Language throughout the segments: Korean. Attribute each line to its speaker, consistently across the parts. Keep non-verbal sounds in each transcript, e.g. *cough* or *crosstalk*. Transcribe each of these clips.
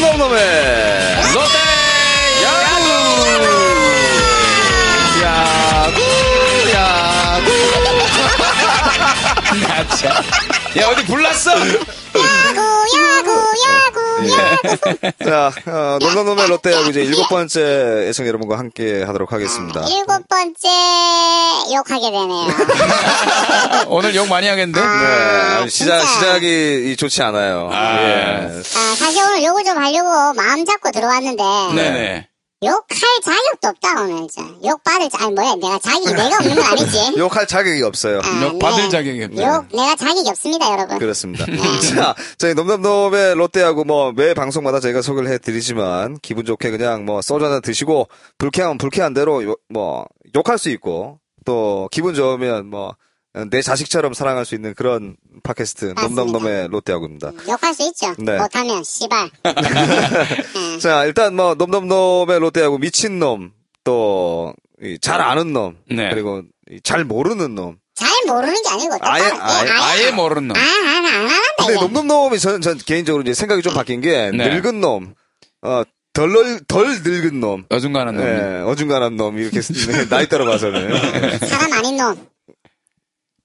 Speaker 1: 놈놈의 롯데 야구 야구 야구 나 참. 야 어디 불났어? 자 어, 놈놈놈의 롯데 야구 이제 일곱 번째 애청 여러분과 함께 하도록 하겠습니다.
Speaker 2: 일곱 번째 욕하게 되네요.
Speaker 3: 오늘 욕 많이 하겠는데?
Speaker 1: 네,
Speaker 2: 아,
Speaker 1: 아니, 시작
Speaker 2: 진짜.
Speaker 1: 시작이 이 좋지 않아요. 예.
Speaker 2: 아, 사실 오늘 욕을 좀 하려고 마음 잡고 들어왔는데
Speaker 3: 네네.
Speaker 2: 욕할 자격도 없다 오늘 진짜. 욕 받을 자 아니 뭐야 내가 자격이 내가 없는 건 아니지.
Speaker 1: 욕할 자격이 없어요.
Speaker 2: 아,
Speaker 3: 욕 받을 자격이 없다.
Speaker 2: 욕 내가 자격이 없습니다 여러분.
Speaker 1: 그렇습니다.
Speaker 2: 음.
Speaker 1: *laughs* 자, 저희 놈놈놈의 롯데하고 뭐 매 방송마다 저희가 소개를 해드리지만 기분 좋게 그냥 뭐 소주 하나 드시고 불쾌하면 불쾌한 대로 요- 뭐 욕할 수 있고 또 기분 좋으면 뭐 내 자식처럼 사랑할 수 있는 그런 팟캐스트
Speaker 2: 맞습니다.
Speaker 1: 놈놈놈의 롯데하고입니다.
Speaker 2: 욕할 수 있죠.
Speaker 1: 네.
Speaker 2: 못하면 씨발.
Speaker 1: 자, 일단 뭐 놈놈놈의 롯데하고 미친 놈, 또 잘 아는 놈,
Speaker 3: 네.
Speaker 1: 그리고 이잘 모르는 놈.
Speaker 2: 잘 모르는 게 아니고
Speaker 1: 아예-
Speaker 2: 똑바로-
Speaker 1: 아예-
Speaker 2: 예,
Speaker 3: 아예 모르는 놈.
Speaker 2: 아안 한다
Speaker 1: 근데
Speaker 2: 이거.
Speaker 1: 놈놈놈이 저는 전 개인적으로 이제 생각이 좀 바뀐 게
Speaker 3: 네.
Speaker 1: 늙은 놈, 어, 덜, 덜 늙은 놈.
Speaker 3: 어중간한 놈.
Speaker 1: 예, 어중간한 놈 이렇게 *laughs* 쓰- 나이 따라 봐서는
Speaker 2: 사람 아닌 놈.
Speaker 4: 어.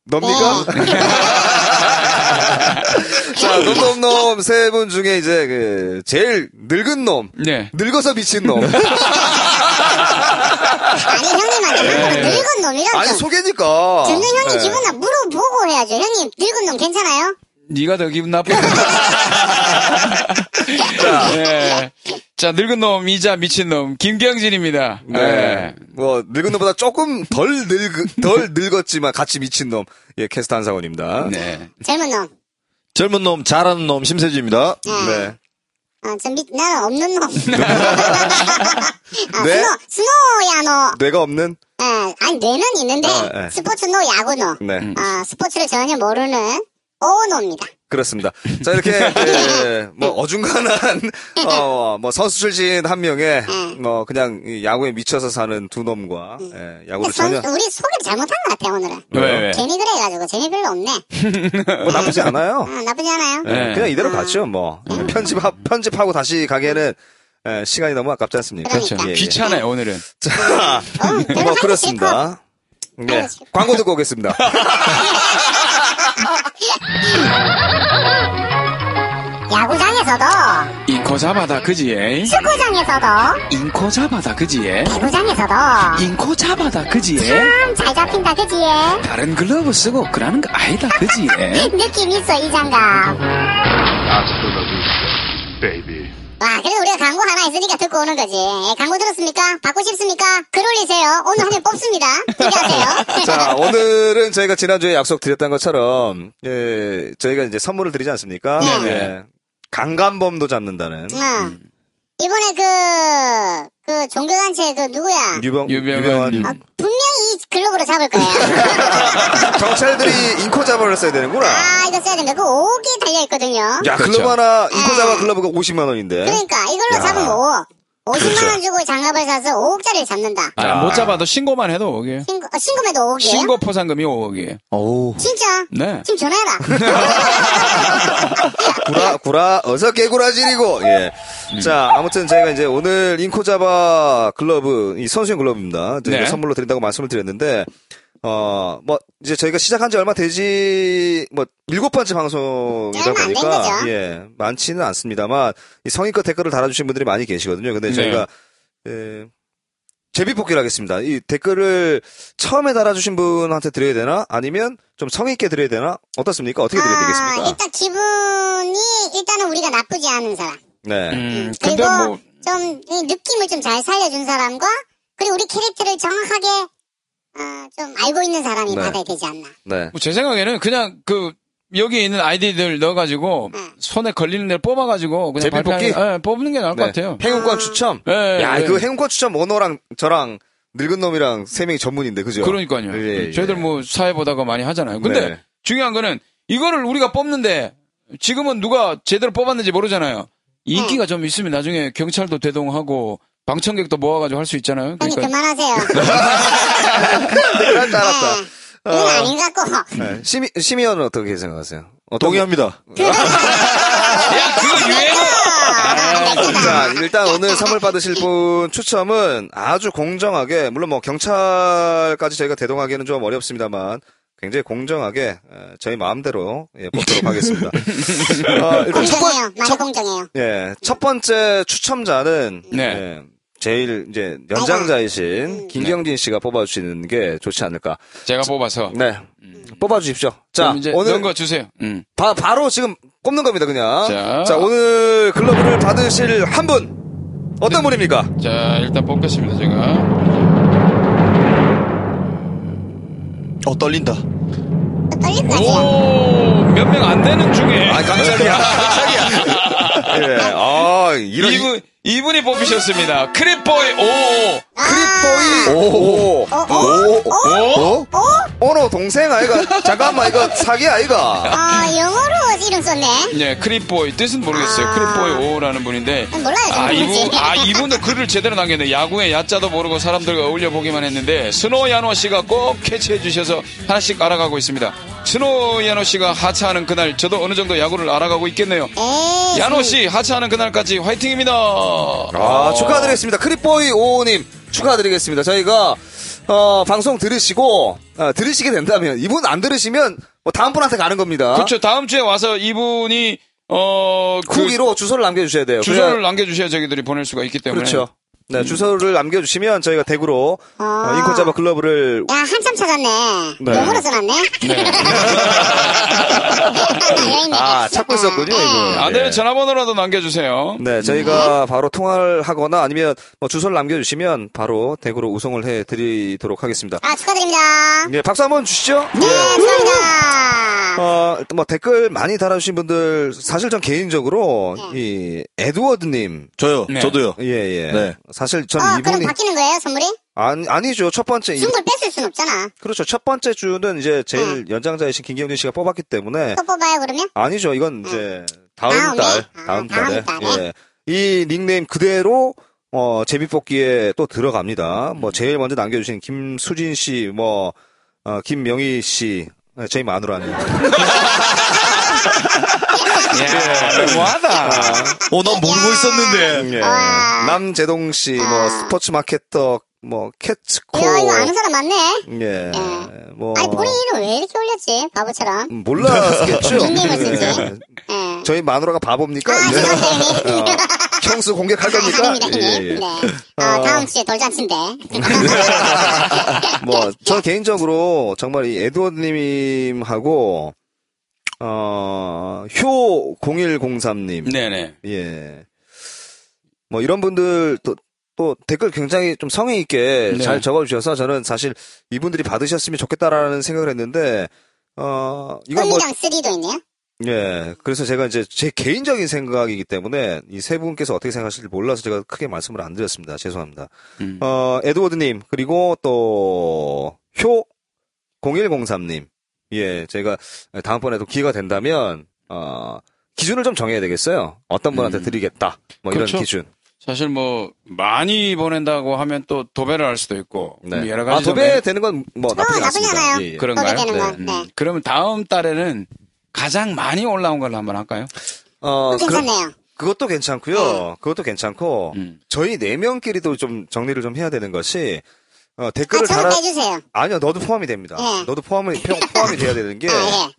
Speaker 1: 놈니까? *laughs* 자, 놈놈놈 세 분 중에 이제 그 제일 늙은 놈,
Speaker 3: 네.
Speaker 1: 늙어서 미친
Speaker 4: *laughs*
Speaker 1: 놈.
Speaker 2: 아니 형님한테 방금 늙은 놈이라고.
Speaker 1: 아니
Speaker 2: 좀.
Speaker 1: 소개니까.
Speaker 2: 듣는
Speaker 1: 예.
Speaker 2: 형님 기분 나 물어보고 해야죠. 형님 늙은 놈 괜찮아요?
Speaker 3: 네가 더
Speaker 1: *laughs*
Speaker 3: 기분 나쁘다. 네. 자, 늙은 놈, 이자 미친 놈, 김경진입니다.
Speaker 1: 네. 뭐 늙은 놈보다 조금 덜 늙, 덜 늙었지만 같이 미친 놈. 예, 캐스터 한사원입니다.
Speaker 3: 네. 네.
Speaker 2: 젊은 놈.
Speaker 4: 젊은 놈, 잘하는 놈, 심세주입니다.
Speaker 1: 네.
Speaker 2: 어, 전 밑, 나는 없는 놈. 아,
Speaker 1: 뇌?
Speaker 2: 스노, 스노야 노.
Speaker 1: 뇌가 없는.
Speaker 2: 예, 아니, 뇌는 있는데,
Speaker 1: 어, 예.
Speaker 2: 스포츠 노, 야구 노.
Speaker 1: 네.
Speaker 4: 음.
Speaker 2: 아, 스포츠를 전혀 모르는 오노입니다.
Speaker 1: 그렇습니다. 자 이렇게 예, 뭐 어중간한 어, 뭐 선수 출신 한 명에 뭐 그냥 이 야구에 미쳐서 사는 두 놈과 예, 야구를
Speaker 2: 근데 선,
Speaker 1: 전혀
Speaker 2: 우리 소개를 잘못한 것 같아, 오늘은.
Speaker 3: 왜, 왜?
Speaker 2: 재미 그래가지고, 재미 별로 없네.
Speaker 1: 뭐 나쁘지 않아요.
Speaker 2: 아, 나쁘지 않아요.
Speaker 1: 예,
Speaker 3: 네.
Speaker 1: 그냥 이대로 가죠. 뭐 편집 편집하고 다시 가기에는 예, 시간이 너무 아깝지 않습니까?
Speaker 2: 그렇죠.
Speaker 3: 그러니까.
Speaker 1: 예, 예.
Speaker 3: 귀찮아요, 오늘은.
Speaker 1: 자,
Speaker 2: 어, 별로
Speaker 1: 뭐
Speaker 2: 하기 싫고.
Speaker 1: 그렇습니다. 네,
Speaker 2: 하기 싫고.
Speaker 1: 광고 듣고 오겠습니다.
Speaker 2: 야구장에서도,
Speaker 3: 인코 잡아다, 그지? 에?
Speaker 2: 축구장에서도,
Speaker 3: 인코 잡아다, 그지? 에?
Speaker 2: 배구장에서도,
Speaker 3: 인코 잡아다, 그지? 에?
Speaker 2: 참 잘 잡힌다, 그지?
Speaker 3: 다른 글러브 쓰고 그러는 거 아니다, 그지? 에?
Speaker 2: 느낌 있어, 이 장갑.
Speaker 5: Hasta la vista, baby.
Speaker 2: 와, 아, 그래도 우리가 광고 하나 있으니까 듣고 오는 거지. 예, 광고 들었습니까? 받고 싶습니까? 글 올리세요. 오늘 한 명 뽑습니다.
Speaker 1: *laughs*
Speaker 2: 기대하세요. *laughs*
Speaker 1: 자, 오늘은 저희가 지난주에 약속드렸던 것처럼, 예, 저희가 이제 선물을 드리지 않습니까?
Speaker 2: 네네. 음.
Speaker 1: 예, 강간범도 잡는다는.
Speaker 2: 응. 어. 이번에 그, 그 종교단체 그 누구야?
Speaker 1: 유병,
Speaker 3: 유명한 님.
Speaker 2: 아, 분명히 이 글로브로 잡을 거예요.
Speaker 1: *laughs* 경찰들이 인코 잡아를 써야 되는구나.
Speaker 2: 아, 이거 써야 된다. 그 5억이 달려있거든요.
Speaker 1: 야,
Speaker 3: 그렇죠.
Speaker 1: 글러브 하나, 인코
Speaker 2: 아.
Speaker 1: 잡아 글러브가 50만원인데.
Speaker 2: 그러니까 이걸로 잡으면 5억.
Speaker 1: 그렇죠.
Speaker 2: 50만원 주고 장갑을 사서 5억짜리를 잡는다.
Speaker 3: 아, 못 잡아도 신고만 해도 5억이에요.
Speaker 2: 신고, 어, 신고해도 5억이에요?
Speaker 3: 신고 포상금이 5억이에요.
Speaker 4: 어우.
Speaker 2: 진짜?
Speaker 3: 네.
Speaker 2: 지금 전화해봐.
Speaker 1: 구라, 구라, 어서 개구라지리고, 예.
Speaker 3: 음.
Speaker 1: 자, 아무튼 저희가 이제 오늘 인코 잡아 글러브, 이 선수용 글러브입니다. 저희가
Speaker 3: 네.
Speaker 1: 선물로 드린다고 말씀을 드렸는데, 어, 뭐, 이제 저희가 시작한 지 얼마 되지, 뭐, 일곱 번째 방송이다
Speaker 2: 얼마 안된
Speaker 1: 보니까,
Speaker 2: 거죠.
Speaker 1: 예, 많지는 않습니다만, 이 성의껏 댓글을 달아주신 분들이 많이 계시거든요. 근데
Speaker 3: 네.
Speaker 1: 저희가, 예, 제비뽑기를 하겠습니다. 이 댓글을 처음에 달아주신 분한테 드려야 되나? 아니면 좀 성의있게 드려야 되나? 어떻습니까? 어떻게 드려야 *laughs*
Speaker 2: 아,
Speaker 1: 되겠습니까?
Speaker 2: 일단 기분이 일단은 우리가 나쁘지 않은 사람.
Speaker 1: 네.
Speaker 3: 음, 근데
Speaker 2: 그리고
Speaker 3: 뭐,
Speaker 2: 좀이 느낌을 좀 잘 살려준 사람과 그리고 우리 캐릭터를 정확하게 어, 좀 알고 있는 사람이
Speaker 1: 네.
Speaker 2: 받아야 되지 않나.
Speaker 1: 네.
Speaker 3: 뭐 제 생각에는 그냥 그, 여기 있는 아이디들 넣어가지고,
Speaker 2: 응.
Speaker 3: 손에 걸리는 데를 뽑아가지고, 그냥
Speaker 1: 제비 뽑기?
Speaker 3: 발표하는- 예, 뽑는 게 나을 것 같아요.
Speaker 1: 네. 행운권 추첨.
Speaker 3: 예,
Speaker 1: 야,
Speaker 3: 예.
Speaker 1: 그 행운권 추첨 원호랑 저랑 늙은 놈이랑 세 명이 전문인데 그죠? *laughs*
Speaker 3: 그러니까요.
Speaker 1: 예, 예.
Speaker 3: 저희들 뭐 사회 보다가 많이 하잖아요. 근데
Speaker 1: 네.
Speaker 3: 중요한 거는 이거를 우리가 뽑는데 지금은 누가 제대로 뽑았는지 모르잖아요. 인기가 좀 있으면 나중에 경찰도 대동하고 방청객도 모아가지고 할 수 있잖아요.
Speaker 2: 형님
Speaker 3: 그러니까
Speaker 2: 그만하세요.
Speaker 1: 그럴 줄 알았다.
Speaker 2: 네. 이건 아닌 것 같고.
Speaker 1: 네. 심이 심의원은 어떻게 생각하세요? 어떤
Speaker 4: 동의합니다.
Speaker 2: 그래도
Speaker 3: 야,
Speaker 2: 아,
Speaker 3: 그거 유행어.
Speaker 2: 안 돼,
Speaker 1: 아, 자,
Speaker 2: 안 돼.
Speaker 1: 일단 오늘 선물 받으실 분 추첨은 아주 공정하게, 물론 뭐 경찰까지 저희가 대동하기는 좀 어렵습니다만, 굉장히 공정하게 에, 저희 마음대로
Speaker 3: *laughs*
Speaker 1: 예, 뽑도록 하겠습니다. 어, 일단 첫, 번,
Speaker 2: 공정해요. 많이 공정해요.
Speaker 1: 예, 첫 번째 추첨자는
Speaker 3: 네.
Speaker 1: 예, 제일 이제 연장자이신 김경진 씨가 뽑아주시는 게 좋지 않을까.
Speaker 3: 제가 뽑아서.
Speaker 1: 네, 뽑아주십시오. 자,
Speaker 3: 자, 음. 이제 오늘
Speaker 1: 오늘
Speaker 3: 넣은 거 주세요. 음.
Speaker 1: 바, 바로 지금 꼽는 겁니다, 그냥.
Speaker 3: 자.
Speaker 1: 오늘 글러브를 받으실 한 분. 어떤 분입니까?
Speaker 3: 자, 일단 뽑겠습니다, 제가.
Speaker 4: 어, 떨린다.
Speaker 2: 떨린다, 지금.
Speaker 3: 오, 몇 명 안 되는 중에.
Speaker 1: 아,
Speaker 3: *laughs*
Speaker 1: 깜짝이야. 깜짝이야. 예, 아, 이런.
Speaker 3: 이분, 이분이 뽑히셨습니다. 크립보이, 오.
Speaker 2: 아,
Speaker 1: 크립보이. 오, 오,
Speaker 2: 오, 오,
Speaker 3: 오.
Speaker 1: 오. 오노 동생 아이가. 잠깐만, 이거 사기 아이가.
Speaker 2: 아, 영어로 이름 썼네.
Speaker 3: 네, 크립보이. 뜻은 모르겠어요.
Speaker 2: 아.
Speaker 3: 크립보이 오라는 분인데.
Speaker 2: 몰라요,
Speaker 3: 아,
Speaker 2: 저는
Speaker 3: 이분,
Speaker 2: 뭔지.
Speaker 3: 아, 이분도 글을 제대로 남겼네. 야구의 야자도 모르고 사람들과 어울려 보기만 했는데, 스노우 야노 씨가 꼭 캐치해 주셔서 하나씩 알아가고 있습니다. 스노우 야노 씨가 하차하는 그날, 저도 어느 정도 야구를 알아가고 있겠네요.
Speaker 2: *laughs* 에이.
Speaker 3: 야노 씨, 하차하는 그날까지 화이팅입니다.
Speaker 1: 아, 축하드리겠습니다. 크립보이 오오님. 축하드리겠습니다. 저희가, 어, 방송 들으시고, 어, 들으시게 된다면, 이분 안 들으시면, 뭐 다음 분한테 가는 겁니다.
Speaker 3: 그렇죠. 다음 주에 와서 이분이, 어, 그
Speaker 1: 후기로 주소를 남겨주셔야 돼요. 그래야-
Speaker 3: 주소를 음. 남겨주셔야 저기들이 보낼 수가 있기 때문에.
Speaker 1: 그렇죠. 네, 주소를 남겨주시면 저희가 댁으로
Speaker 2: 아.
Speaker 1: 어, 인코자바 글러브를
Speaker 2: 야, 한참 찾았네.
Speaker 1: 네.
Speaker 2: 영어로 써놨네. *laughs* 여기 있네.
Speaker 1: 아 찾고 있었군요.
Speaker 2: 어.
Speaker 1: 이거.
Speaker 3: 안 되면
Speaker 1: 예.
Speaker 3: 전화번호라도 남겨주세요.
Speaker 1: 네, 저희가
Speaker 3: 음.
Speaker 1: 바로 통화를 하거나 아니면 뭐 주소를 남겨주시면 바로 댁으로 우송을 해드리도록 하겠습니다.
Speaker 2: 아, 축하드립니다.
Speaker 1: 예, 박수 한번 주시죠.
Speaker 2: 네, 축하합니다.
Speaker 1: 예. 어, 일단 뭐 댓글 많이 달아주신 분들 사실 전 개인적으로 이 에드워드님
Speaker 4: 저요.
Speaker 3: 네.
Speaker 4: 저도요.
Speaker 1: 예, 예.
Speaker 4: 네.
Speaker 1: 사실 전
Speaker 2: 어, 그럼
Speaker 1: 이분이
Speaker 2: 바뀌는 거예요, 선물이?
Speaker 1: 아니, 아니죠. 첫 번째 이-
Speaker 2: 중불 뺐을 순 없잖아.
Speaker 1: 그렇죠. 첫 번째 주는 이제 제일 연장자이신 김경진 씨가 뽑았기 때문에
Speaker 2: 또 뽑아요, 그러면?
Speaker 1: 아니죠. 이건 이제 다음
Speaker 2: 다음에?
Speaker 1: 달,
Speaker 2: 아,
Speaker 1: 다음 달에
Speaker 2: 다음 달에?
Speaker 1: 예. 이 닉네임 그대로 어 제비뽑기에 또 들어갑니다.
Speaker 4: 음.
Speaker 1: 뭐 제일 먼저 남겨주신 김수진 씨, 뭐 어, 김명희 씨, 네, 저희 마누라님.
Speaker 3: 예, 뭐하다.
Speaker 2: 아.
Speaker 4: 어, 난 모르고 있었는데.
Speaker 1: 예.
Speaker 2: 와. 아.
Speaker 1: 남재동 씨, 뭐 스포츠 마케터, 뭐 캐츠코,
Speaker 2: 야, 이거 아는 사람 많네.
Speaker 1: 예, 뭐 음,
Speaker 2: 아니, 본인 이름 왜 이렇게 올렸지? 바보처럼.
Speaker 1: 몰랐겠죠.
Speaker 2: 닉네임을 쓰지.
Speaker 1: 예.
Speaker 2: 예.
Speaker 1: 저희 마누라가 바보입니까?
Speaker 2: 뭐 아,
Speaker 1: 이래서.
Speaker 2: 죄송합니다, 형님. *laughs*
Speaker 1: 어, 형수 공격할 겁니까?
Speaker 2: 감사합니다,
Speaker 1: 예,
Speaker 2: 형님.
Speaker 1: 예.
Speaker 2: 네. 아,
Speaker 1: 어.
Speaker 2: 다음 주에 돌잔치인데. 네.
Speaker 1: 뭐, 전 개인적으로 정말 이 에드워드님하고, 어, 효0103님.
Speaker 3: 네네.
Speaker 1: 예. 뭐, 이런 분들 또, 또 댓글 굉장히 좀 성의 있게
Speaker 3: 네.
Speaker 1: 잘 적어주셔서 저는 사실 이분들이 받으셨으면 좋겠다라는 생각을 했는데, 어, 이건 뭐,
Speaker 2: 꿈이랑 쓰리도 있네요.
Speaker 1: 예. 그래서 제가 이제 제 개인적인 생각이기 때문에 이 세 분께서 어떻게 생각하실지 몰라서 제가 크게 말씀을 안 드렸습니다. 죄송합니다.
Speaker 3: 음.
Speaker 1: 어, 에드워드님, 그리고 또, 효, 0103님. 예, 제가 다음번에도 기회가 된다면, 어, 기준을 좀 정해야 되겠어요. 어떤 분한테 드리겠다. 뭐
Speaker 3: 음. 그렇죠.
Speaker 1: 이런 기준.
Speaker 3: 사실 뭐 많이 보낸다고 하면 또 도배를 할 수도 있고 뭐
Speaker 1: 네.
Speaker 3: 어, 여러
Speaker 1: 아,
Speaker 3: 가지 점에-
Speaker 1: 도배되는 건 뭐 나쁘지
Speaker 2: 어, 나쁘지
Speaker 1: 않습니다.
Speaker 2: 않아요.
Speaker 1: 예, 예.
Speaker 3: 그런가요?
Speaker 2: 도배되는
Speaker 1: 건,
Speaker 3: 음,
Speaker 2: 네.
Speaker 3: 그러면 다음 달에는 가장 많이 올라온 걸로 한번 할까요?
Speaker 1: 어, 그럼-
Speaker 2: 괜찮네요.
Speaker 1: 그것도 괜찮고요. 그것도 괜찮고
Speaker 3: 어. 음.
Speaker 1: 저희 네 명끼리도 좀 정리를 좀 해야 되는 것이 어,
Speaker 2: 아,
Speaker 1: 댓글을 달아
Speaker 2: 저도 빼주세요.
Speaker 1: 아니요 너도 포함이 됩니다.
Speaker 2: 예.
Speaker 1: 너도 포함이 포- 포함이 돼야 되는 게
Speaker 2: *laughs* 아, 예.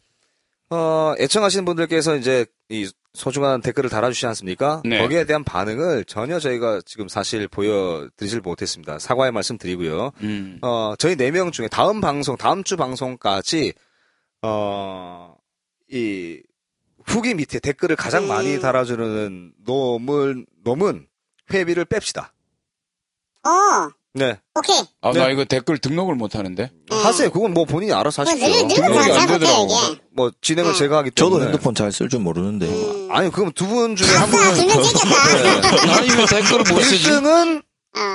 Speaker 1: 어, 애청하시는 분들께서 이제 이 소중한 댓글을 달아주시지 않습니까?
Speaker 3: 네.
Speaker 1: 거기에 대한 반응을 전혀 저희가 지금 사실 보여드리질 못했습니다. 사과의 말씀 드리고요.
Speaker 3: 음.
Speaker 1: 어, 저희 네 명 중에 다음 방송, 다음 주 방송까지, 어, 이, 후기 밑에 댓글을 가장
Speaker 2: 네.
Speaker 1: 많이 달아주는 놈을, 놈은 회비를 뺍시다.
Speaker 2: 오,
Speaker 1: 네.
Speaker 2: 어, 오케이. 음.
Speaker 3: 아,
Speaker 1: 네.
Speaker 3: 나 이거 댓글 등록을 못 하는데.
Speaker 2: 네.
Speaker 1: 하세요. 그건 뭐 본인이 알아서
Speaker 2: 뭐,
Speaker 1: 하십시오.
Speaker 2: 늘, 늘
Speaker 3: 등록이
Speaker 2: 잘
Speaker 3: 안
Speaker 2: 잘 못해요, 음.
Speaker 3: 되더라고.
Speaker 2: 이게.
Speaker 1: 뭐 진행을 제가 하기 때문에.
Speaker 4: 저도 핸드폰 잘 쓸 줄 모르는데.
Speaker 1: 아니, 그럼 두 분 중에
Speaker 4: *laughs*
Speaker 1: 한
Speaker 2: 음. 아싸,
Speaker 1: 분은.
Speaker 2: 두명 찍혔다. *laughs*
Speaker 3: 아니 왜 댓글을 못 쓰지?
Speaker 1: 1등은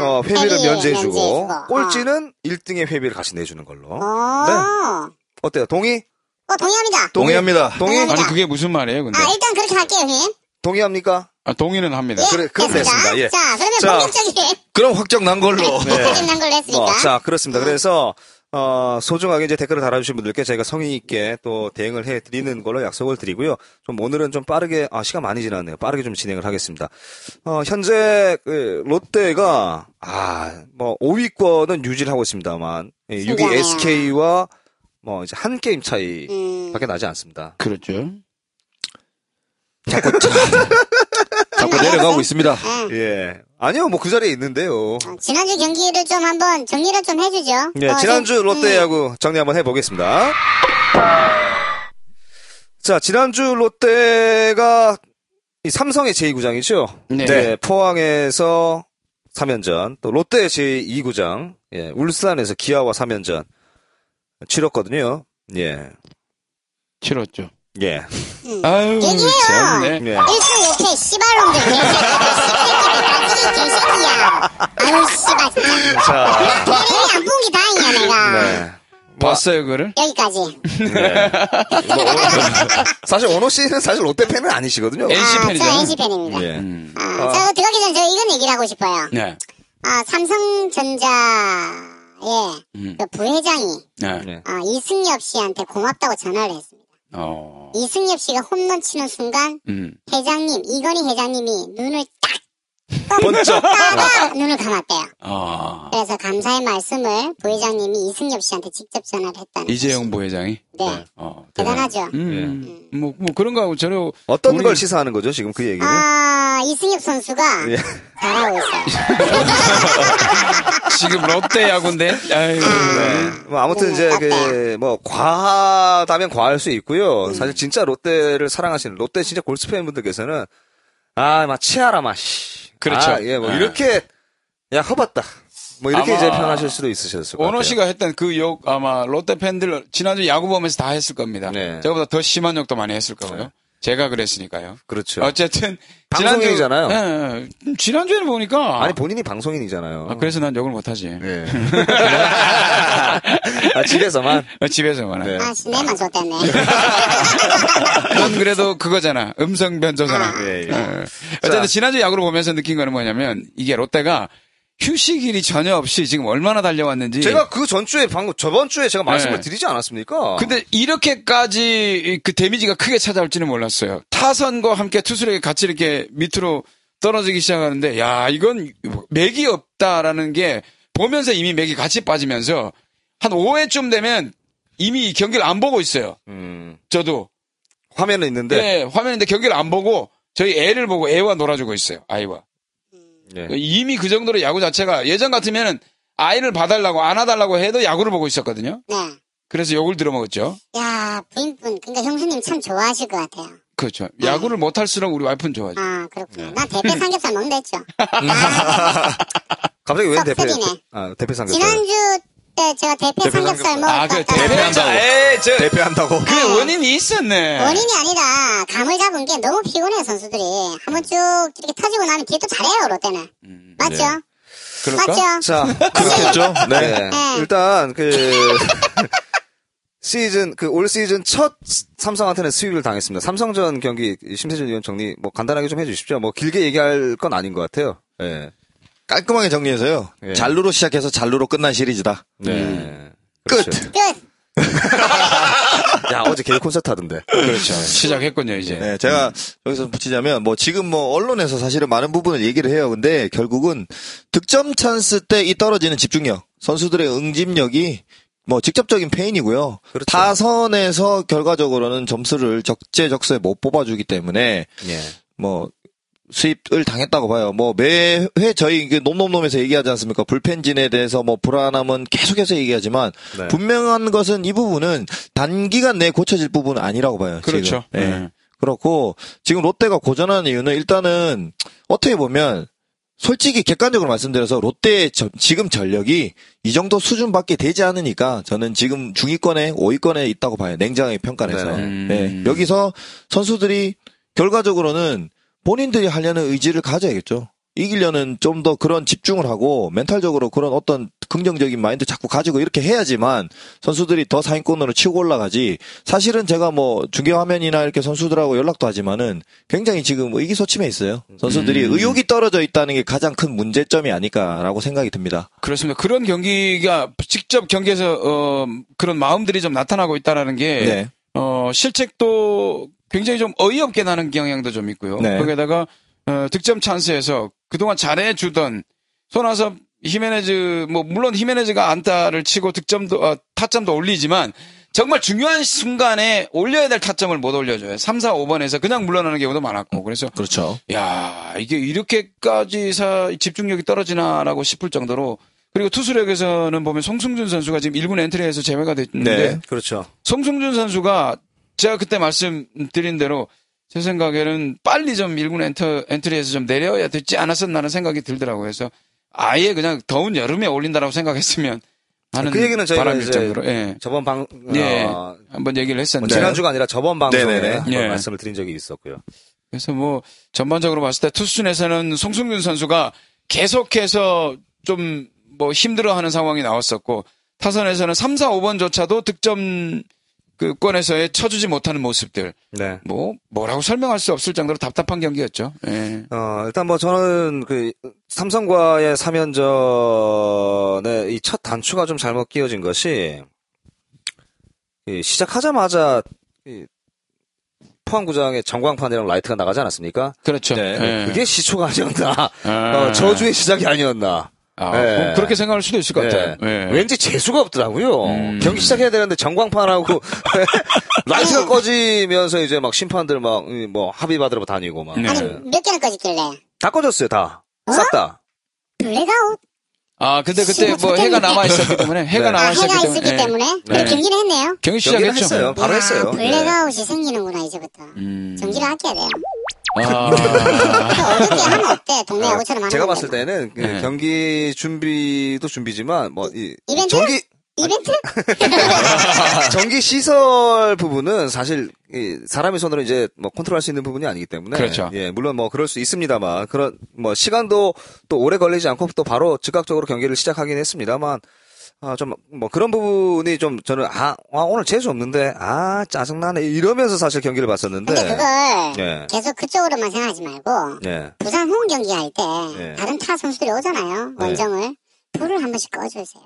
Speaker 1: 어, 회비를
Speaker 2: 회비
Speaker 1: 면제해주고,
Speaker 2: 면제해주고. 아.
Speaker 1: 꼴찌는 네. 1등의 회비를 같이 내주는 걸로.
Speaker 2: 어. 어.
Speaker 1: 어때요? 동의?
Speaker 2: 어, 동의합니다.
Speaker 4: 동의합니다.
Speaker 1: 동의?
Speaker 3: 아니 그게 무슨 말이에요, 근데?
Speaker 2: 아,
Speaker 1: 네.
Speaker 2: 일단 그렇게 할게요, 형님.
Speaker 1: 동의합니까?
Speaker 3: 아, 동의는 합니다.
Speaker 2: 예,
Speaker 1: 네, 그래, 그럼 됐습니다. 예.
Speaker 2: 자, 그러면
Speaker 1: 자.
Speaker 2: 본격적인
Speaker 4: 그럼 확정 난 걸로.
Speaker 2: *laughs* 네. 난 걸로 했으니까.
Speaker 1: 어, 자, 뭐, 그렇습니다. 그래서 어, 소중하게 이제 댓글을 달아주신 분들께 저희가 성의 있게 또 대응을 해드리는 걸로 약속을 드리고요. 좀 오늘은 좀 빠르게, 아, 시간 많이 지났네요. 빠르게 좀 진행을 하겠습니다. 어, 현재, 그, 롯데가, 아, 뭐, 5위권은 유지를 하고 있습니다만, 6위
Speaker 2: 신기하네요.
Speaker 1: SK와 뭐, 이제 한 게임 차이
Speaker 2: 음.
Speaker 1: 밖에 나지 않습니다.
Speaker 4: 그렇죠. 자꾸 자, 자꾸 내려가고 있습니다.
Speaker 1: 예. 아니요, 뭐, 그 자리에 있는데요.
Speaker 2: 어, 지난주 경기를 좀 한번 정리를 좀 해주죠.
Speaker 1: 네,
Speaker 2: 어,
Speaker 1: 지난주
Speaker 2: 지금, 음.
Speaker 1: 롯데하고 정리 한번 해보겠습니다. 자, 지난주 롯데가 이 삼성의 제2구장이죠?
Speaker 3: 네.
Speaker 1: 포항에서 3연전, 또 롯데의 제2구장, 예, 울산에서 기아와 3연전 치렀거든요. 예.
Speaker 3: 치렀죠.
Speaker 1: 예.
Speaker 3: 아유,
Speaker 2: 얘기해요.
Speaker 3: 참네.
Speaker 1: 예.
Speaker 2: 1승 5패 씨발놈들 개새끼 개새끼야 아유 씨발 진짜
Speaker 1: 자,
Speaker 2: 나 베레이 안 뽑은 게 다행이야 내가
Speaker 1: 네.
Speaker 3: 봤어요, 그를?
Speaker 2: 여기까지
Speaker 1: 네. 뭐, *laughs* 사실 원호 씨는 사실 롯데 팬은 아니시거든요.
Speaker 3: 에? NC
Speaker 2: 아,
Speaker 3: 팬이잖아요.
Speaker 2: 저 NC 팬입니다
Speaker 1: 예.
Speaker 3: 음.
Speaker 2: 아, 저 들어가기 전에 저 이건 얘기를 하고 싶어요
Speaker 3: 네.
Speaker 2: 아, 삼성전자의
Speaker 3: 음.
Speaker 2: 그 부회장이
Speaker 3: 네.
Speaker 1: 네.
Speaker 2: 아, 이승엽 씨한테 고맙다고 전화를 했습니다
Speaker 3: 어.
Speaker 2: 이승엽 씨가 홈런 치는 순간
Speaker 3: 음.
Speaker 2: 회장님 이건희 회장님이 눈을 딱
Speaker 1: 번쩍.
Speaker 2: 따가 눈을 감았대요
Speaker 3: 아.
Speaker 2: 그래서 감사의 말씀을 부회장님이 이승엽 씨한테 직접 전화를 했다는
Speaker 3: 이재용 부회장이.
Speaker 2: 네.
Speaker 3: 어.
Speaker 2: 대단하죠.
Speaker 1: 예.
Speaker 3: 음. 뭐, 뭐 그런 거하고 전혀.
Speaker 1: 어떤
Speaker 3: 우리-
Speaker 1: 걸 시사하는 거죠, 지금 그 얘기는?
Speaker 2: 아, 이승엽 선수가
Speaker 1: 예.
Speaker 2: 잘하고 있어요.
Speaker 3: 지금 롯데 야구인데? 아유. 네.
Speaker 1: 뭐 아무튼 이제 그 뭐 과하다면 과할 수 있고요.
Speaker 3: 음.
Speaker 1: 사실 진짜 롯데를 사랑하시는 롯데 진짜 골스 팬분들께서는 아 막 치아라 마씨. 아,
Speaker 3: 그렇죠.
Speaker 1: 예뭐
Speaker 3: 네.
Speaker 1: 이렇게 야 허봤다. 뭐 이렇게
Speaker 3: 아마
Speaker 1: 이제 표현하실 수도 있으셨을 것 같아요.
Speaker 3: 원호 씨가 했던 그 욕 아마 롯데 팬들 지난주 야구 보면서 다 했을 겁니다.
Speaker 1: 네.
Speaker 3: 저보다 더 심한 욕도 많이 했을 거고요. 제가 그랬으니까요.
Speaker 1: 그렇죠.
Speaker 3: 어쨌든
Speaker 1: 방송인이잖아요.
Speaker 3: 지난주, 네, 네. 지난주에는 보니까
Speaker 1: 아니 본인이 방송인이잖아요.
Speaker 3: 아, 그래서 난 욕을 못하지.
Speaker 1: 예. *laughs* 아, 집에서만.
Speaker 3: 어, 집에서만.
Speaker 1: 네.
Speaker 2: 아, 시내만 좋겠네.
Speaker 3: 넌 그래도 그거잖아. 음성 변조잖아.
Speaker 1: 예, 예.
Speaker 3: 어. 어쨌든
Speaker 1: 자.
Speaker 3: 지난주 야구를 보면서 느낀 거는 뭐냐면 이게 롯데가 휴식일이 전혀 없이 지금 얼마나 달려왔는지.
Speaker 1: 제가 그 전주에 방금 저번 주에 제가 말씀을
Speaker 3: 네.
Speaker 1: 드리지 않았습니까?
Speaker 3: 근데 이렇게까지 그 데미지가 크게 찾아올지는 몰랐어요. 타선과 함께 투수력이 같이 이렇게 밑으로 떨어지기 시작하는데, 야, 이건 맥이 없다라는 게 보면서 이미 맥이 같이 빠지면서 한 5회쯤 되면 이미 이 경기를 안 보고 있어요.
Speaker 1: 음,
Speaker 3: 저도.
Speaker 1: 화면은 있는데
Speaker 3: 네, 화면인데 경기를 안 보고 저희 애를 보고 애와 놀아주고 있어요. 아이와.
Speaker 1: 예.
Speaker 3: 이미 그 정도로 야구 자체가 예전 같으면은 아이를 봐달라고 안아달라고 해도 야구를 보고 있었거든요.
Speaker 2: 네.
Speaker 3: 그래서 욕을 들어먹었죠.
Speaker 2: 야, 부인분, 그러니까 형수님 참 좋아하실 것 같아요.
Speaker 3: 그렇죠. 야구를 못할수록 우리 와이프는 좋아하죠.
Speaker 2: 아, 그렇구나. 난 대패 삼겹살 먹는다 했죠.
Speaker 1: 갑자기 왜 대패
Speaker 2: 썩소리네.
Speaker 1: 아, 대패 상겹
Speaker 2: 지난주 때 제가 대패
Speaker 1: 대패
Speaker 2: 삼겹살 아,
Speaker 1: 삼겹살.
Speaker 3: 아, 그
Speaker 2: 먹었다.
Speaker 3: 대패
Speaker 1: 대패한다고.
Speaker 3: 에이, 저,
Speaker 1: 대패한다고.
Speaker 3: 그 원인이 있었네.
Speaker 2: 원인이 아니라 감을 잡은 게 너무 피곤해요, 선수들이. 한번 쭉 이렇게 터지고 나면 뒤에 또 잘해요, 롯데는.
Speaker 3: 음.
Speaker 2: 맞죠?
Speaker 3: 네.
Speaker 2: 맞죠?
Speaker 1: 자,
Speaker 3: *laughs*
Speaker 4: 그렇겠죠. 네.
Speaker 1: 네. 일단 그 *laughs* 시즌 그 올 시즌 첫 삼성한테는 수입을 당했습니다. 삼성전 경기 심세준 위원 정리 뭐 간단하게 좀 해주십시오. 뭐 길게 얘기할 건 아닌 것 같아요. 예.
Speaker 4: 네. 깔끔하게 정리해서요.
Speaker 3: 네.
Speaker 1: 예.
Speaker 4: 잘루로 시작해서 잘루로 끝난 시리즈다.
Speaker 1: 네.
Speaker 4: 끝.
Speaker 1: 그렇죠.
Speaker 2: 끝.
Speaker 1: 야 어제 개그 콘서트
Speaker 4: *laughs*
Speaker 1: 하던데.
Speaker 3: 그렇죠. 음. 시작했군요, 이제.
Speaker 4: 네, 제가 여기서 붙이자면 뭐 지금 뭐 언론에서 사실은 많은 부분을 얘기를 해요. 근데 결국은 득점 찬스 때 이 떨어지는 집중력, 선수들의 응집력이 뭐 직접적인 페인이고요.
Speaker 1: 그렇죠.
Speaker 4: 타선에서 결과적으로는 점수를 적재적소에 못 뽑아주기 때문에
Speaker 1: 예.
Speaker 4: 뭐 수입을 당했다고 봐요. 뭐 매회 저희 그 놈놈놈에서 얘기하지 않습니까? 불펜진에 대해서 뭐 불안함은 계속해서 얘기하지만
Speaker 1: 네.
Speaker 4: 분명한 것은 이 부분은 단기간 내에 고쳐질 부분은 아니라고 봐요. 지금.
Speaker 3: 그렇죠.
Speaker 4: 예.
Speaker 3: 네.
Speaker 4: 그렇고 지금 롯데가 고전하는 이유는 일단은 어떻게 보면 솔직히 객관적으로 말씀드려서 롯데의 저- 지금 전력이 이 정도 수준밖에 되지 않으니까 저는 지금 중위권에 5위권에 있다고 봐요. 냉정하게 평가해서.
Speaker 1: 네네.
Speaker 3: 음.
Speaker 4: 예. 여기서 선수들이 결과적으로는 본인들이 하려는 의지를 가져야겠죠. 이기려는 좀 더 그런 집중을 하고 멘탈적으로 그런 어떤 긍정적인 마인드 자꾸 가지고 이렇게 해야지만 선수들이 더 상위권으로 치고 올라가지 사실은 제가 뭐 중계 화면이나 이렇게 선수들하고 연락도 하지만은 굉장히 지금 의기소침해 있어요. 선수들이 의욕이 떨어져 있다는 게 가장 큰 문제점이 아닐까라고 생각이 듭니다.
Speaker 3: 그렇습니다. 그런 경기가 직접 경기에서 어, 그런 마음들이 좀 나타나고 있다라는 게
Speaker 4: 네.
Speaker 3: 어, 실책도 굉장히 좀 어이없게 나는 경향도 좀 있고요.
Speaker 4: 네.
Speaker 3: 거기에다가 어, 득점 찬스에서 그동안 잘해주던 손아섭 히메네즈 뭐 물론 히메네즈가 안타를 치고 득점도 아, 타점도 올리지만 정말 중요한 순간에 올려야 될 타점을 못 올려줘요. 3, 4, 5번에서 그냥 물러나는 경우도 많았고 그래서
Speaker 4: 그렇죠.
Speaker 3: 야 이게 이렇게까지 사 집중력이 떨어지나라고 싶을 정도로 그리고 투수력에서는 보면 송승준 선수가 지금 1군 엔트리에서 제외가 됐는데
Speaker 4: 네.
Speaker 1: 그렇죠.
Speaker 3: 송승준 선수가 제가 그때 말씀드린 대로 제 생각에는 빨리 좀 1군 엔터, 엔트리에서 좀 내려야 됐지 않았었나는 생각이 들더라고요. 그래서 아예 그냥 더운 여름에 올린다라고 생각했으면 하는
Speaker 1: 그 얘기는 저희가
Speaker 3: 바람일
Speaker 1: 이제
Speaker 3: 정도로 예.
Speaker 1: 저번 방,
Speaker 3: 예.
Speaker 1: 어,
Speaker 3: 한번 얘기를
Speaker 1: 뭐
Speaker 3: 했었는데
Speaker 1: 지난주가 아니라 저번 방송에
Speaker 4: 네네네.
Speaker 1: 한번
Speaker 3: 예.
Speaker 1: 말씀을 드린 적이 있었고요.
Speaker 3: 그래서 뭐 전반적으로 봤을 때 투수진에서는 송승준 선수가 계속해서 좀 뭐 힘들어하는 상황이 나왔었고 타선에서는 3, 4, 5번조차도 득점 그 권에서의 쳐주지 못하는 모습들
Speaker 1: 네.
Speaker 3: 뭐 뭐라고 설명할 수 없을 정도로 답답한 경기였죠. 예.
Speaker 1: 어, 일단 뭐 저는 그 삼성과의 3연전의 이 첫 단추가 좀 잘못 끼어진 것이 이 시작하자마자 이 포항구장에 전광판이랑 라이트가 나가지 않았습니까?
Speaker 3: 그렇죠.
Speaker 4: 네.
Speaker 3: 예.
Speaker 1: 그게 시초가 아니었나.
Speaker 3: 아.
Speaker 1: 어, 저주의 시작이 아니었나.
Speaker 3: 아,
Speaker 1: 예.
Speaker 3: 그럼 그렇게 생각할 수도 있을 것 같아요.
Speaker 1: 예.
Speaker 3: 예.
Speaker 1: 왠지 재수가 없더라고요.
Speaker 3: 음.
Speaker 1: 경기 시작해야 되는데
Speaker 3: *laughs*
Speaker 1: 전광판하고 라이트가 꺼지면서 이제 막 심판들 막 뭐 합의 받으러 다니고 막.
Speaker 3: 네.
Speaker 1: 예.
Speaker 2: 아니 몇 개나 꺼졌길래
Speaker 1: 다 꺼졌어요, 다. 싹 다.
Speaker 2: 블랙아웃
Speaker 3: 아 근데 그때 뭐
Speaker 2: 시간
Speaker 3: 해가
Speaker 2: 쳤겠는데.
Speaker 3: 남아 있었기 때문에 해가
Speaker 1: 네.
Speaker 2: 아,
Speaker 3: 남아 있었기
Speaker 2: 해가
Speaker 3: 때문에,
Speaker 2: 있었기
Speaker 3: 예.
Speaker 2: 때문에
Speaker 3: 네.
Speaker 2: 근데 경기를 했네요
Speaker 3: 경기
Speaker 1: 경기를
Speaker 3: 시작했죠.
Speaker 1: 했어요. 바로
Speaker 2: 야,
Speaker 1: 했어요.
Speaker 2: 블랙아웃이 생기는구나 이제부터
Speaker 3: 음.
Speaker 2: 전기를 아껴야 돼요
Speaker 3: 아.
Speaker 2: 또 어저께 하면 어때 동네
Speaker 1: 어,
Speaker 2: 5천원 하는
Speaker 1: 제가
Speaker 2: 거.
Speaker 1: 봤을 때는 그
Speaker 3: 네.
Speaker 1: 경기 준비도 준비지만 뭐 이
Speaker 2: 이벤트?
Speaker 1: 전기
Speaker 2: *laughs* 이벤트? 아.
Speaker 1: 전기 시설 부분은 사실 이 사람의 손으로 이제 뭐 컨트롤할 수 있는 부분이 아니기 때문에
Speaker 3: 그렇죠.
Speaker 1: 예 물론 뭐 그럴 수 있습니다만 그런 뭐 시간도 또 오래 걸리지 않고 또 바로 즉각적으로 경기를 시작하긴 했습니다만 아 좀 뭐 그런 부분이 좀 저는 아, 아, 오늘 재수 없는데 아 짜증나네 이러면서 사실 경기를 봤었는데
Speaker 2: 근데 그걸
Speaker 4: 네.
Speaker 1: 예.
Speaker 2: 계속 그쪽으로만 생각하지 말고
Speaker 1: 예.
Speaker 2: 부산 홈 경기 할 때
Speaker 1: 네.
Speaker 2: 다른 타 선수들이 오잖아요
Speaker 1: 네.
Speaker 2: 원정을 불을 한 번씩 꺼주세요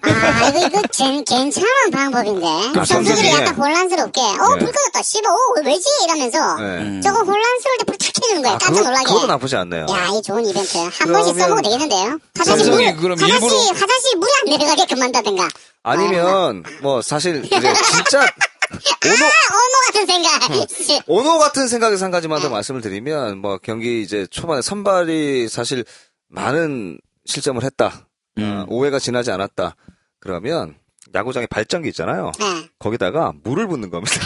Speaker 2: 아 이거 이거 젠- 괜찮은 방법인데 그 선수들이
Speaker 1: 선수들이-
Speaker 2: 약간 혼란스럽게 어불
Speaker 1: 네.
Speaker 2: 꺼졌다 씨발 어 왜지 이러면서
Speaker 1: 예.
Speaker 3: 음.
Speaker 2: 저거 혼란스러울 때 불을 탁 켜주는 거예요
Speaker 1: 아,
Speaker 2: 네, 깜짝
Speaker 1: 그거,
Speaker 2: 놀라게
Speaker 1: 그것도 나쁘지 않네요.
Speaker 2: 야, 이 좋은 이벤트 한
Speaker 1: 그러면-
Speaker 2: 번씩 써먹어도 되겠는데요? 화장실
Speaker 3: 삼성이
Speaker 2: 물,
Speaker 3: 그럼
Speaker 2: 화장실,
Speaker 3: 일부러-
Speaker 2: 화장실 물이 안 내려가게끔 한다든가.
Speaker 1: 아니면 뭐 사실 이제 진짜
Speaker 2: 아, 어머 같은 생각. 씨.
Speaker 1: 오노 같은 생각에서 한 가지만 더 말씀을 드리면 뭐 경기 이제 초반에 선발이 사실 많은 실점을 했다. 어, 오해가 지나지 않았다. 그러면 야구장에 발전기 있잖아요.
Speaker 2: 네.
Speaker 1: 거기다가 물을 붓는 겁니다.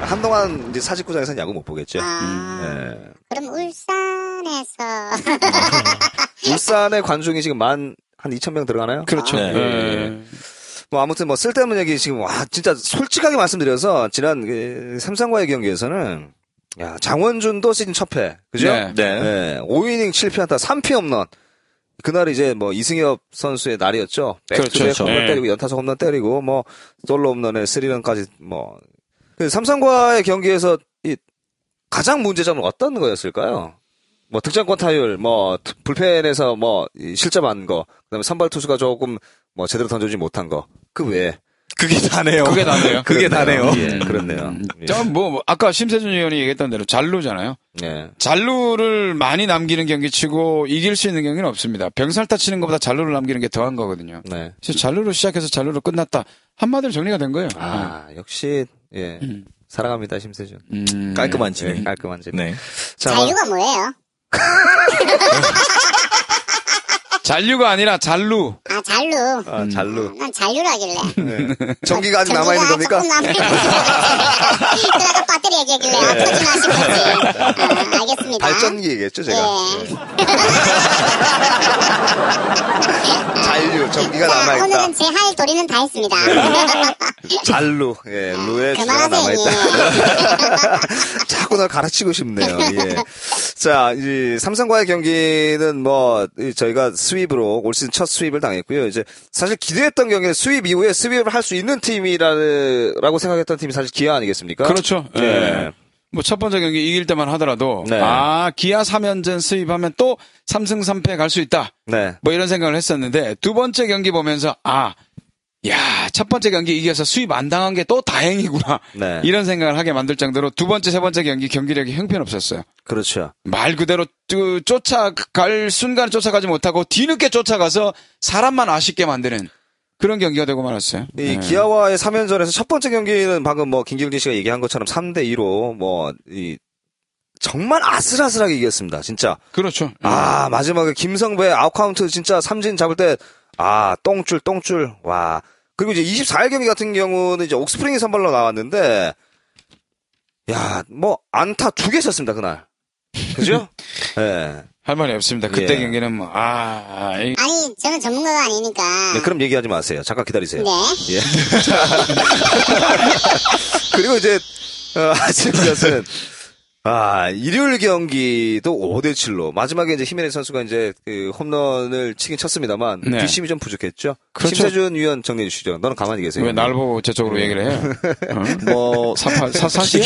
Speaker 1: 한동안 이제 사직구장에서는 야구 못 보겠죠.
Speaker 2: 아,
Speaker 1: 예.
Speaker 2: 그럼 울산에서
Speaker 1: 울산의 관중이 지금 만 한 2천 명 들어가나요?
Speaker 3: 그렇죠.
Speaker 4: 네.
Speaker 3: 예.
Speaker 1: 뭐 아무튼 뭐 쓸데없는 얘기 지금 와 진짜 솔직하게 말씀드려서 지난 그 삼성과의 경기에서는 야 장원준도 시즌 첫패 그죠?
Speaker 3: 네.
Speaker 4: 네.
Speaker 1: 5이닝 예, 7피안타 3피 홈런 그날 이제 뭐 이승엽 선수의 날이었죠. 백투백
Speaker 3: 그렇죠.
Speaker 1: 홈런
Speaker 3: 네.
Speaker 1: 때리고 연타석 홈런 때리고 뭐 솔로 홈런에 스리런까지 뭐 그 삼성과의 경기에서 이 가장 문제점은 어떤 거였을까요? 뭐 득점권 타율, 뭐 투- 불펜에서 뭐이 실점한 거, 그다음에 선발 투수가 조금 뭐 제대로 던져주지 못한 거, 그 외에
Speaker 4: 그게 다네요.
Speaker 3: 아, 그게 나네요.
Speaker 4: 그게 다네요.
Speaker 1: 예, 그렇네요. 예.
Speaker 3: 저 뭐, 뭐 아까 심세준 의원이 얘기했던 대로 잔루잖아요.
Speaker 1: 예.
Speaker 3: 잔루를 많이 남기는 경기 치고 이길 수 있는 경기는 없습니다. 병살타 치는 것보다 잔루를 남기는 게 더한 거거든요.
Speaker 1: 네.
Speaker 3: 그래서 잔루로 시작해서 잔루로 끝났다. 한마디로 정리가 된 거예요.
Speaker 1: 아 역시 예 사랑합니다 심세준.
Speaker 3: 음.
Speaker 4: 깔끔한
Speaker 1: 예,
Speaker 2: *laughs*
Speaker 4: 진행.
Speaker 1: 깔끔한 지.
Speaker 4: 네.
Speaker 1: 자, 뭐-
Speaker 2: 자유가 뭐예요?
Speaker 3: 잔류가 아니라 잔루.
Speaker 2: 아, 잘루.
Speaker 1: 아,
Speaker 4: 음.
Speaker 1: 잘루.
Speaker 2: 난 잔류라길래.
Speaker 1: 네. 전기가 아직 남아 있는 겁니까?
Speaker 2: 전기가 조금 남아있는
Speaker 1: *laughs*
Speaker 2: 거지. 그 아까 배터리 얘기하길래 아, 터지나 싶었지. 아,
Speaker 1: 네.
Speaker 2: 알겠습니다.
Speaker 1: 발전기 얘기했죠, 제가. 네.
Speaker 2: 예. *laughs*
Speaker 1: 잔류, 전기가
Speaker 2: 자,
Speaker 1: 남아 있다. 네.
Speaker 2: 오늘은 제 할 도리는 다 했습니다. *laughs*
Speaker 1: 잔루, 예, 루에 주가 남아 *laughs*
Speaker 2: 그만하세요.
Speaker 1: 있다. 자꾸 날 가르치고 *laughs* 싶네요. 예. 자, 이 삼성과의 경기는 뭐이 저희가 스윕으로 올 시즌 첫 스윕을 당했고요. 이제 사실 기대했던 경기는 스윕 이후에 스윕을 할 수 있는 팀이라고 생각했던 팀이 사실 기아 아니겠습니까?
Speaker 3: 그렇죠.
Speaker 1: 예.
Speaker 3: 예. 뭐 첫 번째 경기 이길 때만 하더라도
Speaker 1: 네.
Speaker 3: 아 기아 3연전 수입하면 또 3승 3패 갈 수 있다.
Speaker 1: 네.
Speaker 3: 뭐 이런 생각을 했었는데 두 번째 경기 보면서 아, 야, 첫 번째 경기 이겨서 수입 안 당한 게 또 다행이구나.
Speaker 1: 네.
Speaker 3: 이런 생각을 하게 만들 정도로 두 번째, 세 번째 경기 경기력이 형편없었어요.
Speaker 1: 그렇죠.
Speaker 3: 말 그대로 그 쫓아갈 순간 쫓아가지 못하고 뒤늦게 쫓아가서 사람만 아쉽게 만드는 그런 경기가 되고 말았어요.
Speaker 1: 이
Speaker 3: 네.
Speaker 1: 기아와의 3연전에서 첫 번째 경기는 방금 뭐 김길진 씨가 얘기한 것처럼 3대 2로 뭐 이 정말 아슬아슬하게 이겼습니다. 진짜.
Speaker 3: 그렇죠.
Speaker 4: 음.
Speaker 1: 아, 마지막에 김성배 아웃카운트 진짜 삼진 잡을 때, 아, 똥줄, 똥줄, 와. 그리고 이제 24일 경기 같은 경우는 이제 옥스프링이 선발로 나왔는데, 야, 뭐, 안타 두 개 쳤습니다, 그날.
Speaker 4: *laughs*
Speaker 1: 그죠? 예.
Speaker 3: 할 말이 없습니다. 그때
Speaker 1: 예.
Speaker 3: 경기는 뭐, 아, 이-
Speaker 2: 아니, 저는 전문가가 아니니까.
Speaker 1: 네, 그럼 얘기하지 마세요. 잠깐 기다리세요.
Speaker 2: 네.
Speaker 1: 예. 그리고 이제, 어, *laughs* 아쉬운 것은, 아, 일요일 경기도 5대7로. 마지막에 이제 히메네 선수가 이제 그 홈런을 치긴 쳤습니다만,
Speaker 3: 네.
Speaker 1: 뒷심이 좀 부족했죠.
Speaker 3: 그렇죠.
Speaker 1: 심세준 위원 정리해 주시죠. 너는 가만히 계세요.
Speaker 3: 왜 날 보고 저쪽으로 얘기를 해요?
Speaker 1: *laughs*
Speaker 4: 뭐
Speaker 3: 사파, 사, 사실?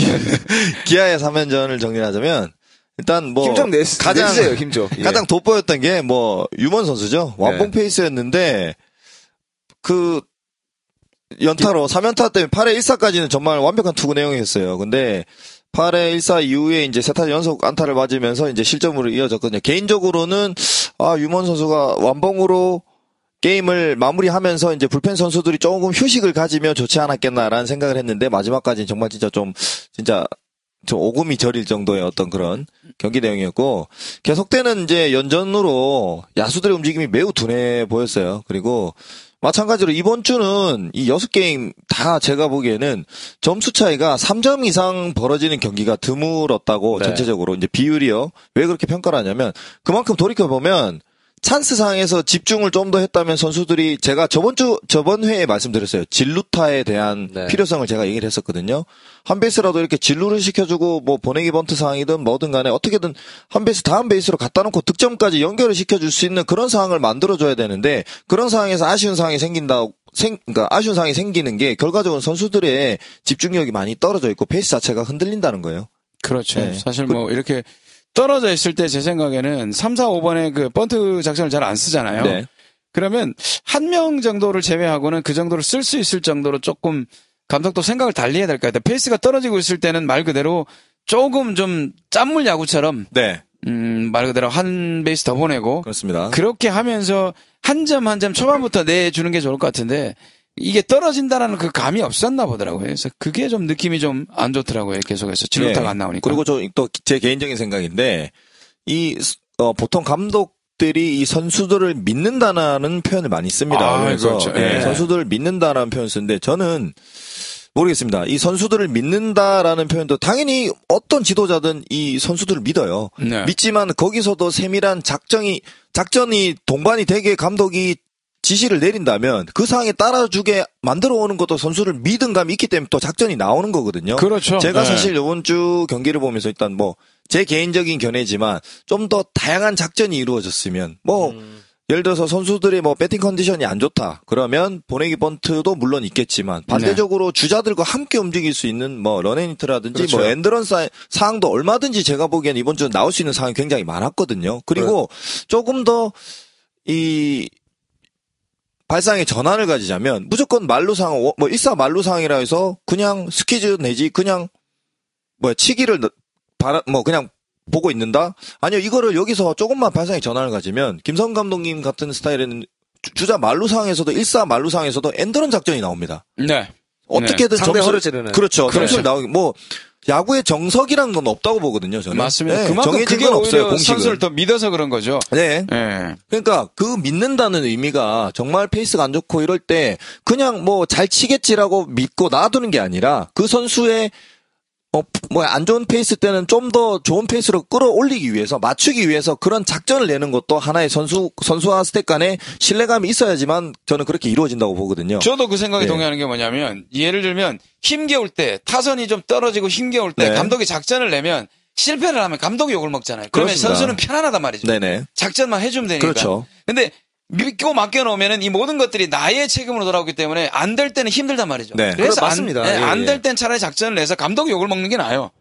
Speaker 4: *laughs* 기아의 3연전을 정리하자면 일단 뭐
Speaker 1: 힘좀 내세요.
Speaker 4: 가장
Speaker 1: 가장,
Speaker 4: *laughs*
Speaker 1: 힘좀. 예.
Speaker 4: 가장 돋보였던 게 뭐 유먼 선수죠. 완봉
Speaker 1: 네.
Speaker 4: 페이스였는데 그 연타로 3연타 때문에 8회 1사까지는 정말 완벽한 투구 내용이었어요. 근데 8회 1사 이후에 이제 세타 연속 안타를 맞으면서 이제 실점으로 이어졌거든요. 개인적으로는 아 유먼 선수가 완봉으로 게임을 마무리하면서 이제 불펜 선수들이 조금 휴식을 가지면 좋지 않았겠나라는 생각을 했는데 마지막까지 정말 진짜 좀 진짜 좀 오금이 저릴 정도의 어떤 그런 경기 내용이었고 계속되는 이제 연전으로 야수들의 움직임이 매우 둔해 보였어요. 그리고 마찬가지로 이번 주는 이 여섯 게임 다 제가 보기에는 점수 차이가 3점 이상 벌어지는 경기가 드물었다고
Speaker 1: 네.
Speaker 4: 전체적으로 이제 비율이요. 왜 그렇게 평가를 하냐면 그만큼 돌이켜 보면 찬스 상에서 집중을 좀 더 했다면 선수들이 제가 저번 주 저번 회에 말씀드렸어요. 진루타에 대한
Speaker 1: 네.
Speaker 4: 필요성을 제가 얘기를 했었거든요. 한 베이스라도 이렇게 진루를 시켜주고 뭐 보내기 번트 상황이든 뭐든 간에 어떻게든 한 베이스 다음 베이스로 갖다 놓고 득점까지 연결을 시켜줄 수 있는 그런 상황을 만들어줘야 되는데 그런 상황에서 아쉬운 상황이 생긴다. 생, 그러니까 아쉬운 상황이 생기는 게 결과적으로 선수들의 집중력이 많이 떨어져 있고 페이스 자체가 흔들린다는 거예요.
Speaker 3: 그렇죠.
Speaker 4: 네.
Speaker 3: 사실 뭐, 이렇게 떨어져 있을 때 제 생각에는 3, 4, 5번에 그 번트 작전을 잘 안 쓰잖아요.
Speaker 4: 네.
Speaker 3: 그러면 한 명 정도를 제외하고는 그 정도를 쓸 수 있을 정도로 조금 감독도 생각을 달리 해야 될 것 같아요. 페이스가 떨어지고 있을 때는 말 그대로 조금 좀 짠물 야구처럼
Speaker 4: 네.
Speaker 3: 음, 말 그대로 한 베이스 더 보내고
Speaker 4: 그렇습니다.
Speaker 3: 그렇게 하면서 한 점 한 점 초반부터 내주는 게 좋을 것 같은데 이게 떨어진다라는 그 감이 없었나 보더라고요. 그래서 그게 좀 느낌이 좀 안 좋더라고요. 계속해서 진로타가
Speaker 4: 네.
Speaker 3: 안 나오니까.
Speaker 4: 그리고 저 또 제 개인적인 생각인데 이 스- 어, 보통 감독들이 이 선수들을 믿는다라는 표현을 많이 씁니다.
Speaker 3: 아,
Speaker 4: 그래서
Speaker 3: 그렇죠.
Speaker 4: 예,
Speaker 3: 예.
Speaker 4: 선수들을 믿는다라는 표현 을 쓰는데 저는 모르겠습니다. 이 선수들을 믿는다라는 표현도 당연히 어떤 지도자든 이 선수들을 믿어요.
Speaker 3: 네.
Speaker 4: 믿지만 거기서도 세밀한 작정이 작전이 동반이 되게 감독이 지시를 내린다면 그 상황에 따라주게 만들어 오는 것도 선수를 믿은 감이 있기 때문에 또 작전이 나오는 거거든요.
Speaker 3: 그렇죠.
Speaker 4: 제가
Speaker 3: 네.
Speaker 4: 사실 이번 주 경기를 보면서 일단 뭐 제 개인적인 견해지만 좀 더 다양한 작전이 이루어졌으면 뭐
Speaker 3: 음.
Speaker 4: 예를 들어서 선수들이 뭐 배팅 컨디션이 안 좋다 그러면 보내기 번트도 물론 있겠지만 반대적으로
Speaker 3: 네.
Speaker 4: 주자들과 함께 움직일 수 있는 뭐 런앤히트라든지
Speaker 3: 그렇죠.
Speaker 4: 뭐 엔드런 사- 상황도 얼마든지 제가 보기엔 이번 주 나올 수 있는 상황이 굉장히 많았거든요. 그리고
Speaker 3: 네.
Speaker 4: 조금 더 이 발상의 전환을 가지자면 무조건 말루상 어, 뭐 일사 말루상이라 해서 그냥 스퀴즈 내지 그냥 뭐 치기를 넣- 바라 뭐 그냥 보고 있는다 아니요 이거를 여기서 조금만 발상의 전환을 가지면 김성 감독님 같은 스타일에는 주- 주자 말루상에서도 일사 말루상에서도 엔드런 작전이 나옵니다
Speaker 3: 네.
Speaker 4: 어떻게든
Speaker 1: 상대
Speaker 4: 점수를-
Speaker 1: 허를 찌르는.
Speaker 4: 그렇죠 점수를
Speaker 3: 그렇죠.
Speaker 4: 나오기 뭐 야구의 정석이라는 건 없다고 보거든요. 저는
Speaker 3: 맞습니다.
Speaker 4: 네,
Speaker 3: 그만큼
Speaker 4: 정해진
Speaker 3: 그게
Speaker 4: 건 없어요.
Speaker 3: 오히려
Speaker 4: 공식은.
Speaker 3: 선수를 더 믿어서 그런 거죠.
Speaker 4: 네.
Speaker 3: 예.
Speaker 4: 그러니까 그 믿는다는 의미가 정말 페이스가 안 좋고 이럴 때 그냥 뭐 잘 치겠지라고 믿고 놔두는 게 아니라 그 선수의 어뭐안 좋은 페이스 때는 좀 더 좋은 페이스로 끌어올리기 위해서 맞추기 위해서 그런 작전을 내는 것도 하나의 선수 선수와 스텝 간의 신뢰감이 있어야지만 저는 그렇게 이루어진다고 보거든요.
Speaker 3: 저도 그 생각에
Speaker 4: 네.
Speaker 3: 동의하는 게 뭐냐면 예를 들면 힘겨울 때 타선이 좀 떨어지고 힘겨울 때
Speaker 4: 네.
Speaker 3: 감독이 작전을 내면 실패를 하면 감독이 욕을 먹잖아요. 그러면
Speaker 4: 그렇습니다.
Speaker 3: 선수는 편안하단 말이죠.
Speaker 4: 네네.
Speaker 3: 작전만 해주면 되니까.
Speaker 4: 그렇죠.
Speaker 3: 근데 믿고 맡겨놓으면 이 모든 것들이 나의 책임으로 돌아오기 때문에 안 될 때는 힘들단 말이죠.
Speaker 4: 네.
Speaker 1: 그래, 맞습니다. 예,
Speaker 3: 안 될
Speaker 1: 예.
Speaker 3: 땐 차라리 작전을 내서 감독이 욕을 먹는 게 나아요.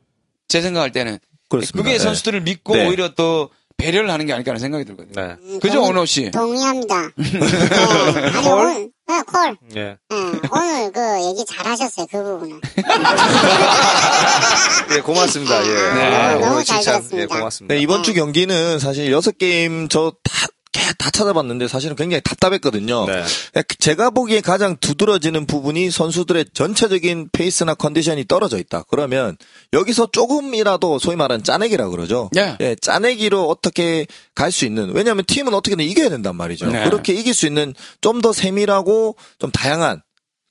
Speaker 3: 제 생각할 때는.
Speaker 4: 그렇습니다.
Speaker 3: 게
Speaker 4: 네.
Speaker 3: 선수들을 믿고
Speaker 4: 네.
Speaker 3: 오히려 또 배려를 하는 게 아닐까 하는 생각이 들거든요.
Speaker 1: 네.
Speaker 3: 그죠,
Speaker 2: 저는
Speaker 3: 원호 씨?
Speaker 1: *laughs*
Speaker 2: 동의합니다. 네. 아니,
Speaker 1: 콜?
Speaker 2: 오늘, 네, 콜.
Speaker 1: 예.
Speaker 2: 네, 오늘 그 얘기 잘 하셨어요, 그 부분은.
Speaker 1: 예, 고맙습니다. 예.
Speaker 2: 네.
Speaker 1: 아,
Speaker 2: 너무
Speaker 1: 오늘
Speaker 2: 잘
Speaker 1: 칭찬.
Speaker 2: 들었습니다.
Speaker 1: 예, 고맙습니다.
Speaker 4: 네, 이번 주 경기는 사실 여섯 게임 저 다 다 찾아봤는데 사실은 굉장히 답답했거든요. 그
Speaker 1: 네.
Speaker 4: 제가 보기에 가장 두드러지는 부분이 선수들의 전체적인 페이스나 컨디션이 떨어져 있다. 그러면 여기서 조금이라도 소위 말하는 짜내기라 그러죠.
Speaker 1: 네.
Speaker 3: 예.
Speaker 4: 예, 짜내기로 어떻게 갈 수 있는 왜냐하면 팀은 어떻게든 이겨야 된단 말이죠.
Speaker 3: 네.
Speaker 4: 그렇게 이길 수 있는 좀 더 세밀하고 좀 다양한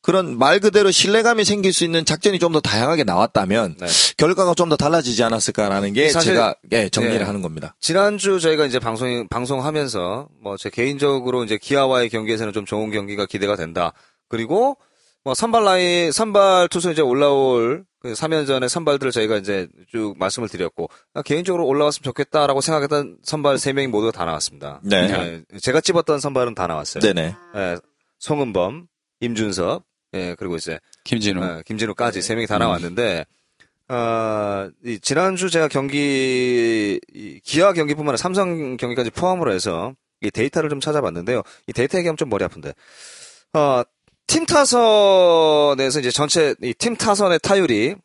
Speaker 4: 그런 말 그대로 신뢰감이 생길 수 있는 작전이 좀 더 다양하게 나왔다면
Speaker 1: 네.
Speaker 4: 결과가 좀 더 달라지지 않았을까라는 게
Speaker 1: 사실-
Speaker 4: 제가 예, 정리를
Speaker 1: 네.
Speaker 4: 하는 겁니다.
Speaker 1: 지난주 저희가 이제 방송 방송하면서 뭐 제 개인적으로 이제 기아와의 경기에서는 좀 좋은 경기가 기대가 된다. 그리고 뭐 선발 라인 선발 투수 이제 올라올 그 3연전의 선발들을 저희가 이제 쭉 말씀을 드렸고 아, 개인적으로 올라왔으면 좋겠다라고 생각했던 선발 3명이 모두 다 나왔습니다.
Speaker 4: 네.
Speaker 1: 예, 제가 찝었던 선발은 다 나왔어요.
Speaker 4: 네네.
Speaker 1: 예, 송은범, 임준섭, 예, 그리고 이제
Speaker 3: 김진우. 네.
Speaker 1: 어, 김진우까지 세 명이 다 나왔는데 아, 이 지난주 제가 경기 이 기아 경기뿐만 아니라 삼성 경기까지 포함으로 해서 이 데이터를 좀 찾아봤는데요. 이 데이터 얘기하면 좀 머리 아픈데. 어, 팀 타선에서 이제 전체 이 팀 타선의 타율이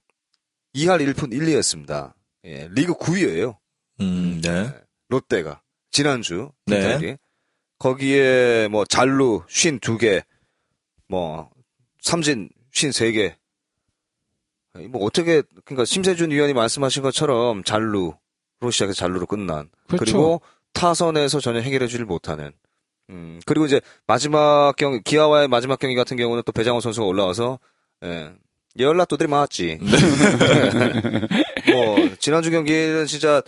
Speaker 1: 2할 1푼 1, 2였습니다. 예, 리그 9위예요.
Speaker 4: 음, 네.
Speaker 1: 롯데가 지난주
Speaker 4: 네.
Speaker 1: 네. 거기에 뭐 잘루 52개 뭐 삼진 53개 뭐 어떻게 그러니까 심세준 위원이 말씀하신 것처럼 잘루로 시작해서 잘루로 끝난
Speaker 3: 그렇죠.
Speaker 1: 리고 타선에서 전혀 해결해 주질 못하는 음 그리고 이제 마지막 경기 기아와의 마지막 경기 같은 경우는 또 배장호 선수가 올라와서 예 연락도들이
Speaker 3: *laughs*
Speaker 1: 많았지
Speaker 3: 네.
Speaker 1: *laughs* 뭐 지난주 경기는 진짜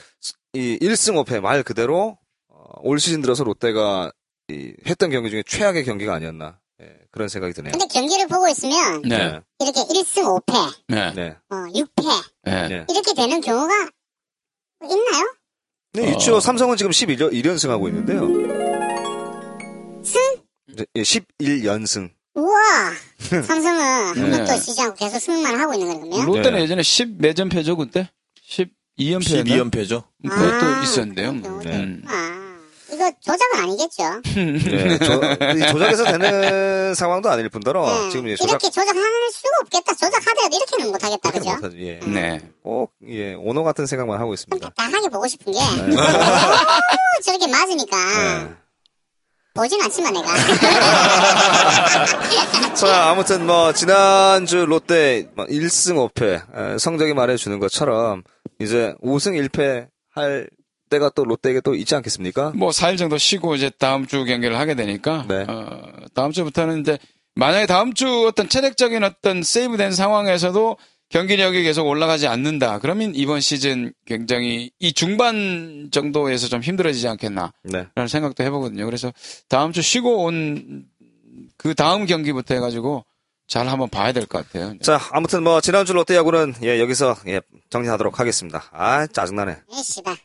Speaker 1: 이 1승 5패 말 그대로 어, 올 시즌 들어서 롯데가 이 했던 경기 중에 최악의 경기가 아니었나 예, 그런 생각이 드네요.
Speaker 2: 근데 경기를 보고 있으면,
Speaker 3: 네.
Speaker 2: 이렇게 1승 5패,
Speaker 3: 네.
Speaker 1: 네.
Speaker 2: 어, 6패,
Speaker 3: 네.
Speaker 1: 네.
Speaker 2: 이렇게 되는 경우가 있나요?
Speaker 1: 네,
Speaker 3: 어.
Speaker 1: 유치호 삼성은 지금 11연, 1연승 하고 있는데요.
Speaker 2: 승?
Speaker 1: 이제, 예, 11연승.
Speaker 2: 우와! 삼성은 한
Speaker 3: 네.
Speaker 2: 번도 쉬지 않고 계속 승만 하고 있는 거군요.
Speaker 3: 롯데는
Speaker 1: 네.
Speaker 3: 예전에 14연패죠 그때 12연패였나?
Speaker 4: 네. 12연패죠.
Speaker 3: 그것도
Speaker 2: 아,
Speaker 3: 있었는데요. 뭐.
Speaker 2: 그렇군요.
Speaker 3: 음.
Speaker 2: 아, 이거 조작은 아니겠죠?
Speaker 1: 예, *laughs* 조- 이 조작해서 되는 상황도 아닐 뿐더러
Speaker 2: 네.
Speaker 1: 지금 이제 조작
Speaker 2: 이렇게 조작할 수가 없겠다. 조작하더라도 이렇게는 못하겠다,
Speaker 1: 그렇게
Speaker 2: 그죠?
Speaker 1: 못하죠. 예.
Speaker 3: 네.
Speaker 1: 꼭 예, 오너 같은 생각만 하고 있습니다.
Speaker 2: 당하게 보고 싶은 게 너무 *laughs* 저렇게 맞으니까
Speaker 1: 네.
Speaker 2: 보진
Speaker 1: *laughs*
Speaker 2: 않지만 내가
Speaker 1: 자, 아무튼 뭐 지난주 롯데 뭐 1승 5패 성적이 말해주는 것처럼 이제 5승 1패 할 때가 또 롯데에게 또 있지 않겠습니까?
Speaker 3: 뭐 4일 정도 쉬고 이제 다음 주 경기를 하게 되니까
Speaker 1: 네.
Speaker 3: 어, 다음 주부터는 이제 만약에 다음 주 어떤 체력적인 어떤 세이브된 상황에서도 경기력이 계속 올라가지 않는다. 그러면 이번 시즌 굉장히 이 중반 정도에서 좀 힘들어지지 않겠나
Speaker 1: 네.
Speaker 3: 라는 생각도 해보거든요. 그래서 다음 주 쉬고 온 그 다음 경기부터 해가지고 잘 한번 봐야 될 것 같아요.
Speaker 1: 자, 아무튼 뭐 지난주 롯데 야구는 예, 여기서 예, 정리하도록 하겠습니다. 아, 짜증나네.
Speaker 2: 에이씨발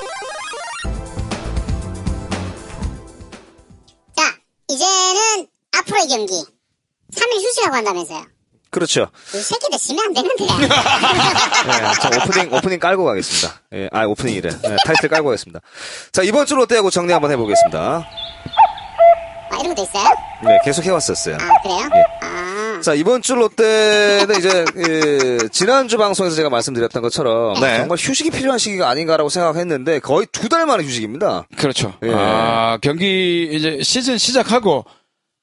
Speaker 2: 자 이제는 앞으로의 경기 3일 휴식하고 한다면서요
Speaker 1: 그렇죠.
Speaker 2: 이 새끼들 쉬면 안
Speaker 3: *laughs*
Speaker 2: 되는데
Speaker 1: 예, 자, 오프닝 오프닝 깔고 가겠습니다. 예, 아, 오프닝이래. 예, 타이틀 깔고 가겠습니다. 자, 이번 주 롯데 야구 정리 한번 해보겠습니다.
Speaker 2: 아 이런 것도 있어요?
Speaker 1: 네, 계속 해왔었어요.
Speaker 2: 아 그래요?
Speaker 3: 예.
Speaker 2: 아
Speaker 1: 자 이번 주 롯데는 이제 예, 지난주 방송에서 제가 말씀드렸던 것처럼
Speaker 4: 네.
Speaker 1: 정말 휴식이 필요한 시기가 아닌가라고 생각했는데 거의 두 달 만에 휴식입니다.
Speaker 3: 그렇죠.
Speaker 1: 예.
Speaker 3: 아, 경기 이제 시즌 시작하고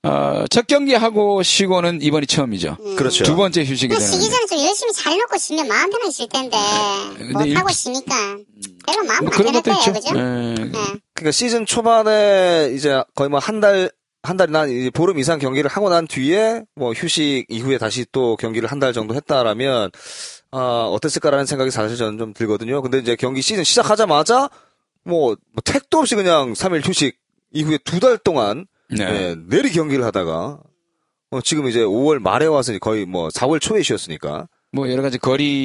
Speaker 3: 어, 첫 경기 하고 쉬고는 이번이 처음이죠.
Speaker 1: 그렇죠.
Speaker 3: 두 번째 휴식이
Speaker 2: 그
Speaker 3: 되는데. 예.
Speaker 2: 쉬기 전에 좀 열심히 잘 놓고 쉬면 마음 편하게 쉴 텐데 뭐
Speaker 3: 근데 일-
Speaker 2: 못하고 쉬니까 별로 마음
Speaker 3: 뭐
Speaker 2: 안
Speaker 3: 그런
Speaker 2: 편할
Speaker 3: 것도
Speaker 2: 거예요
Speaker 3: 있죠.
Speaker 2: 그죠?
Speaker 3: 예.
Speaker 2: 네.
Speaker 1: 그러니까 시즌 초반에 이제 거의 뭐 한 달, 한 달이나 한 이제 보름 이상 경기를 하고 난 뒤에 뭐 휴식 이후에 다시 또 경기를 한 달 정도 했다라면, 아, 어땠을까라는 생각이 사실 저는 좀 들거든요. 근데 이제 경기 시즌 시작하자마자 뭐, 뭐 택도 없이 그냥 3일 휴식 이후에 두 달 동안
Speaker 3: 네.
Speaker 1: 예, 내리 경기를 하다가 어, 지금 이제 5월 말에 와서 거의 뭐 4월 초에 쉬었으니까.
Speaker 3: 뭐 여러 가지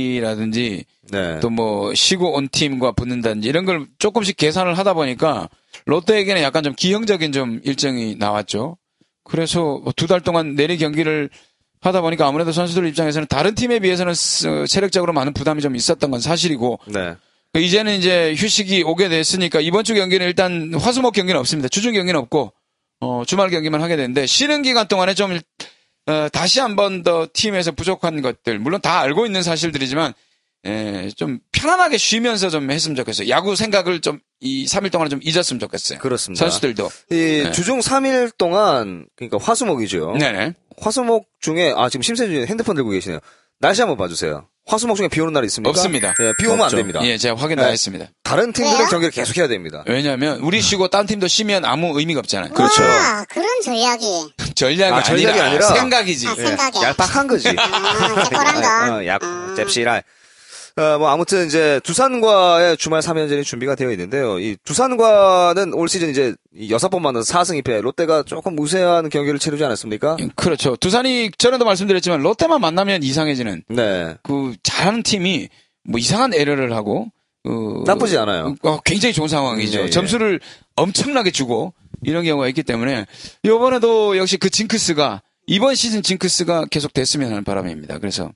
Speaker 3: 거리라든지
Speaker 1: 네.
Speaker 3: 또 뭐 쉬고 온 팀과 붙는다든지 이런 걸 조금씩 계산을 하다 보니까 롯데에게는 약간 좀 기형적인 좀 일정이 나왔죠. 그래서 뭐 두 달 동안 내리 경기를 하다 보니까 아무래도 선수들 입장에서는 다른 팀에 비해서는 스- 체력적으로 많은 부담이 좀 있었던 건 사실이고
Speaker 1: 네.
Speaker 3: 이제는 이제 휴식이 오게 됐으니까 이번 주 경기는 일단 화수목 경기는 없습니다. 주중 경기는 없고 어, 주말 경기만 하게 되는데 쉬는 기간 동안에 좀 일- 어, 다시 한 번 더 팀에서 부족한 것들 물론 다 알고 있는 사실들이지만 에, 좀 편안하게 쉬면서 좀 했으면 좋겠어요. 야구 생각을 좀 이 3일 동안 좀 잊었으면 좋겠어요.
Speaker 1: 그렇습니다.
Speaker 3: 선수들도.
Speaker 1: 이
Speaker 3: 네.
Speaker 1: 주중 3일 동안 그러니까 화수목이죠.
Speaker 3: 네네.
Speaker 1: 화수목 중에 아 지금 심세준이 핸드폰 들고 계시네요. 날씨 한번 봐주세요. 화수목 중에 비 오는 날이 있습니까?
Speaker 3: 없습니다.
Speaker 1: 예, 비 오면
Speaker 4: 없죠.
Speaker 1: 안 됩니다.
Speaker 3: 예, 제가 확인 다
Speaker 1: 네.
Speaker 3: 했습니다.
Speaker 1: 다른 팀들은
Speaker 2: 왜요?
Speaker 1: 경기를 계속 해야 됩니다.
Speaker 3: 왜냐하면 우리 쉬고 딴 팀도 쉬면 아무 의미가 없잖아요.
Speaker 1: 네. 그렇죠.
Speaker 2: 와 그런 전략이
Speaker 3: *laughs* 전략이,
Speaker 1: 아, 전략이 아니라
Speaker 3: 생각이지.
Speaker 2: 아, 생각에
Speaker 1: 예. 얄팍한 거지.
Speaker 2: 아, 짭짤한 거. 음.
Speaker 1: 어, 약, 잽실할. 어, 뭐, 아무튼, 이제, 두산과의 주말 3연전이 준비가 되어 있는데요. 이, 두산과는 올 시즌 이제, 6번 만나서 4승 2패, 롯데가 조금 우세한 경기를 치르지 않았습니까?
Speaker 3: 그렇죠. 두산이 전에도 말씀드렸지만 롯데만 만나면 이상해지는
Speaker 1: 네.
Speaker 3: 그 잘하는 팀이 뭐 이상한 에러를 하고 어,
Speaker 1: 나쁘지 않아요.
Speaker 3: 어, 굉장히 좋은 상황이죠.
Speaker 1: 예, 예.
Speaker 3: 점수를 엄청나게 주고 이런 경우가 있기 때문에 이번에도 역시 그 징크스가 이번 시즌 징크스가 계속 됐으면 하는 바람입니다. 그래서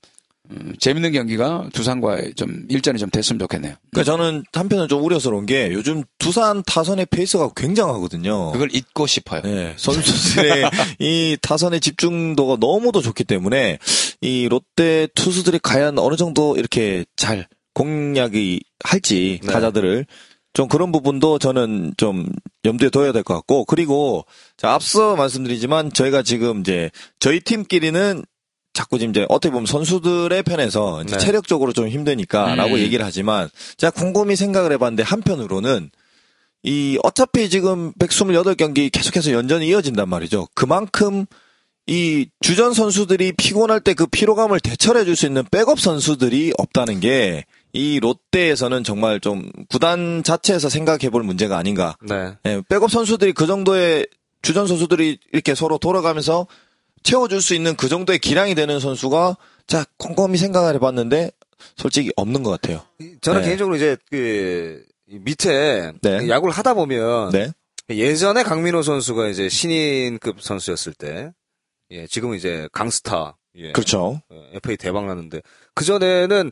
Speaker 3: 음, 재밌는 경기가 두산과의 좀 일전이 좀 됐으면 좋겠네요.
Speaker 4: 그러니까 저는 한편은 좀 우려스러운 게 요즘 두산 타선의 페이스가 굉장하거든요.
Speaker 3: 그걸 잊고 싶어요.
Speaker 4: 네, 선수들의 이 타선의 집중도가 너무도 좋기 때문에 이 롯데 투수들이 과연 어느 정도 이렇게 잘 공략이 할지 타자들을 좀 그런 부분도 저는 좀 염두에 둬야 될 것 같고 그리고 자, 앞서 말씀드리지만 저희가 지금 이제 저희 팀끼리는 자꾸 지금 이제 어떻게 보면 선수들의 편에서 이제
Speaker 1: 네.
Speaker 4: 체력적으로 좀 힘드니까라고
Speaker 3: 음.
Speaker 4: 얘기를 하지만 제가 곰곰이 생각을 해봤는데 한편으로는 이 어차피 지금 128경기 계속해서 연전이 이어진단 말이죠. 그만큼 이 주전 선수들이 피곤할 때 그 피로감을 대처해 줄 수 있는 백업 선수들이 없다는 게 이 롯데에서는 정말 좀 구단 자체에서 생각해 볼 문제가 아닌가.
Speaker 1: 네.
Speaker 4: 예, 백업 선수들이 그 정도의 주전 선수들이 이렇게 서로 돌아가면서 채워줄 수 있는 그 정도의 기량이 되는 선수가 자 꼼꼼히 생각을 해봤는데 솔직히 없는 것 같아요.
Speaker 1: 저는
Speaker 4: 네.
Speaker 1: 개인적으로 이제, 그, 이 밑에,
Speaker 4: 네.
Speaker 1: 야구를 하다 보면,
Speaker 4: 네,
Speaker 1: 예전에 강민호 선수가 이제 신인급 선수였을 때, 예, 지금은 이제 강스타, 예,
Speaker 4: 그렇죠.
Speaker 1: 예, FA 대박 났는데 그 전에는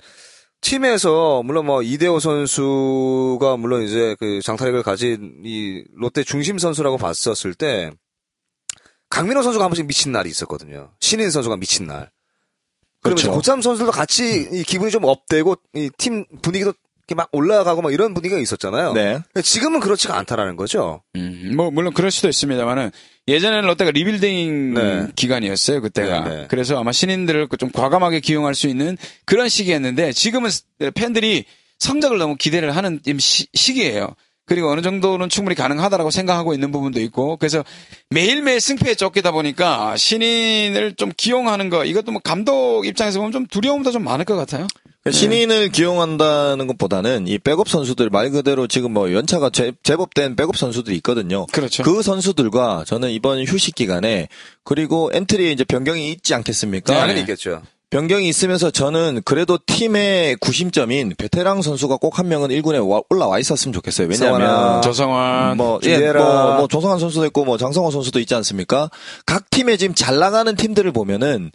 Speaker 1: 팀에서 물론 뭐 이대호 선수가 물론 이제 그 장타력을 가진 이 롯데 중심 선수라고 봤었을 때 강민호 선수가 한 번씩 미친 날이 있었거든요. 신인 선수가 미친 날. 그러면
Speaker 4: 그렇죠.
Speaker 1: 이제 고참 선수들도 같이 이 기분이 좀 업되고 이 팀 분위기도 이렇게 막 올라가고 막 이런 분위기가 있었잖아요.
Speaker 4: 네.
Speaker 1: 근데 지금은 그렇지가 않다라는 거죠.
Speaker 3: 음, 뭐 물론 그럴 수도 있습니다만은 예전에는 롯데가 리빌딩
Speaker 1: 네.
Speaker 3: 기간이었어요 그때가
Speaker 1: 네, 네.
Speaker 3: 그래서 아마 신인들을 좀 과감하게 기용할 수 있는 그런 시기였는데 지금은 네, 팬들이 성적을 너무 기대를 하는 이 시, 시기예요. 그리고 어느 정도는 충분히 가능하다라고 생각하고 있는 부분도 있고 그래서 매일매일 승패에 쫓기다 보니까 신인을 좀 기용하는 거 이것도 뭐 감독 입장에서 보면 좀 두려움도 좀 많을 것 같아요.
Speaker 1: 네.
Speaker 4: 그러니까 신인을 기용한다는 것보다는 이 백업 선수들 말 그대로 지금 뭐 연차가 제, 제법 된 백업 선수들이 있거든요.
Speaker 3: 그렇죠.
Speaker 4: 그 선수들과 저는 이번 휴식 기간에 그리고 엔트리에 이제 변경이 있지 않겠습니까?
Speaker 3: 네.
Speaker 1: 당연히 있겠죠.
Speaker 4: 변경이 있으면서 저는 그래도 팀의 구심점인 베테랑 선수가 꼭 한 명은 1군에 올라와 있었으면 좋겠어요.
Speaker 1: 서원아,
Speaker 4: 왜냐하면
Speaker 3: 조성환
Speaker 4: 뭐, 예,
Speaker 1: 준비해라.
Speaker 4: 뭐, 뭐, 조성환 선수도 있고, 뭐, 장성호 선수도 있지 않습니까? 각 팀에 지금 잘 나가는 팀들을 보면은,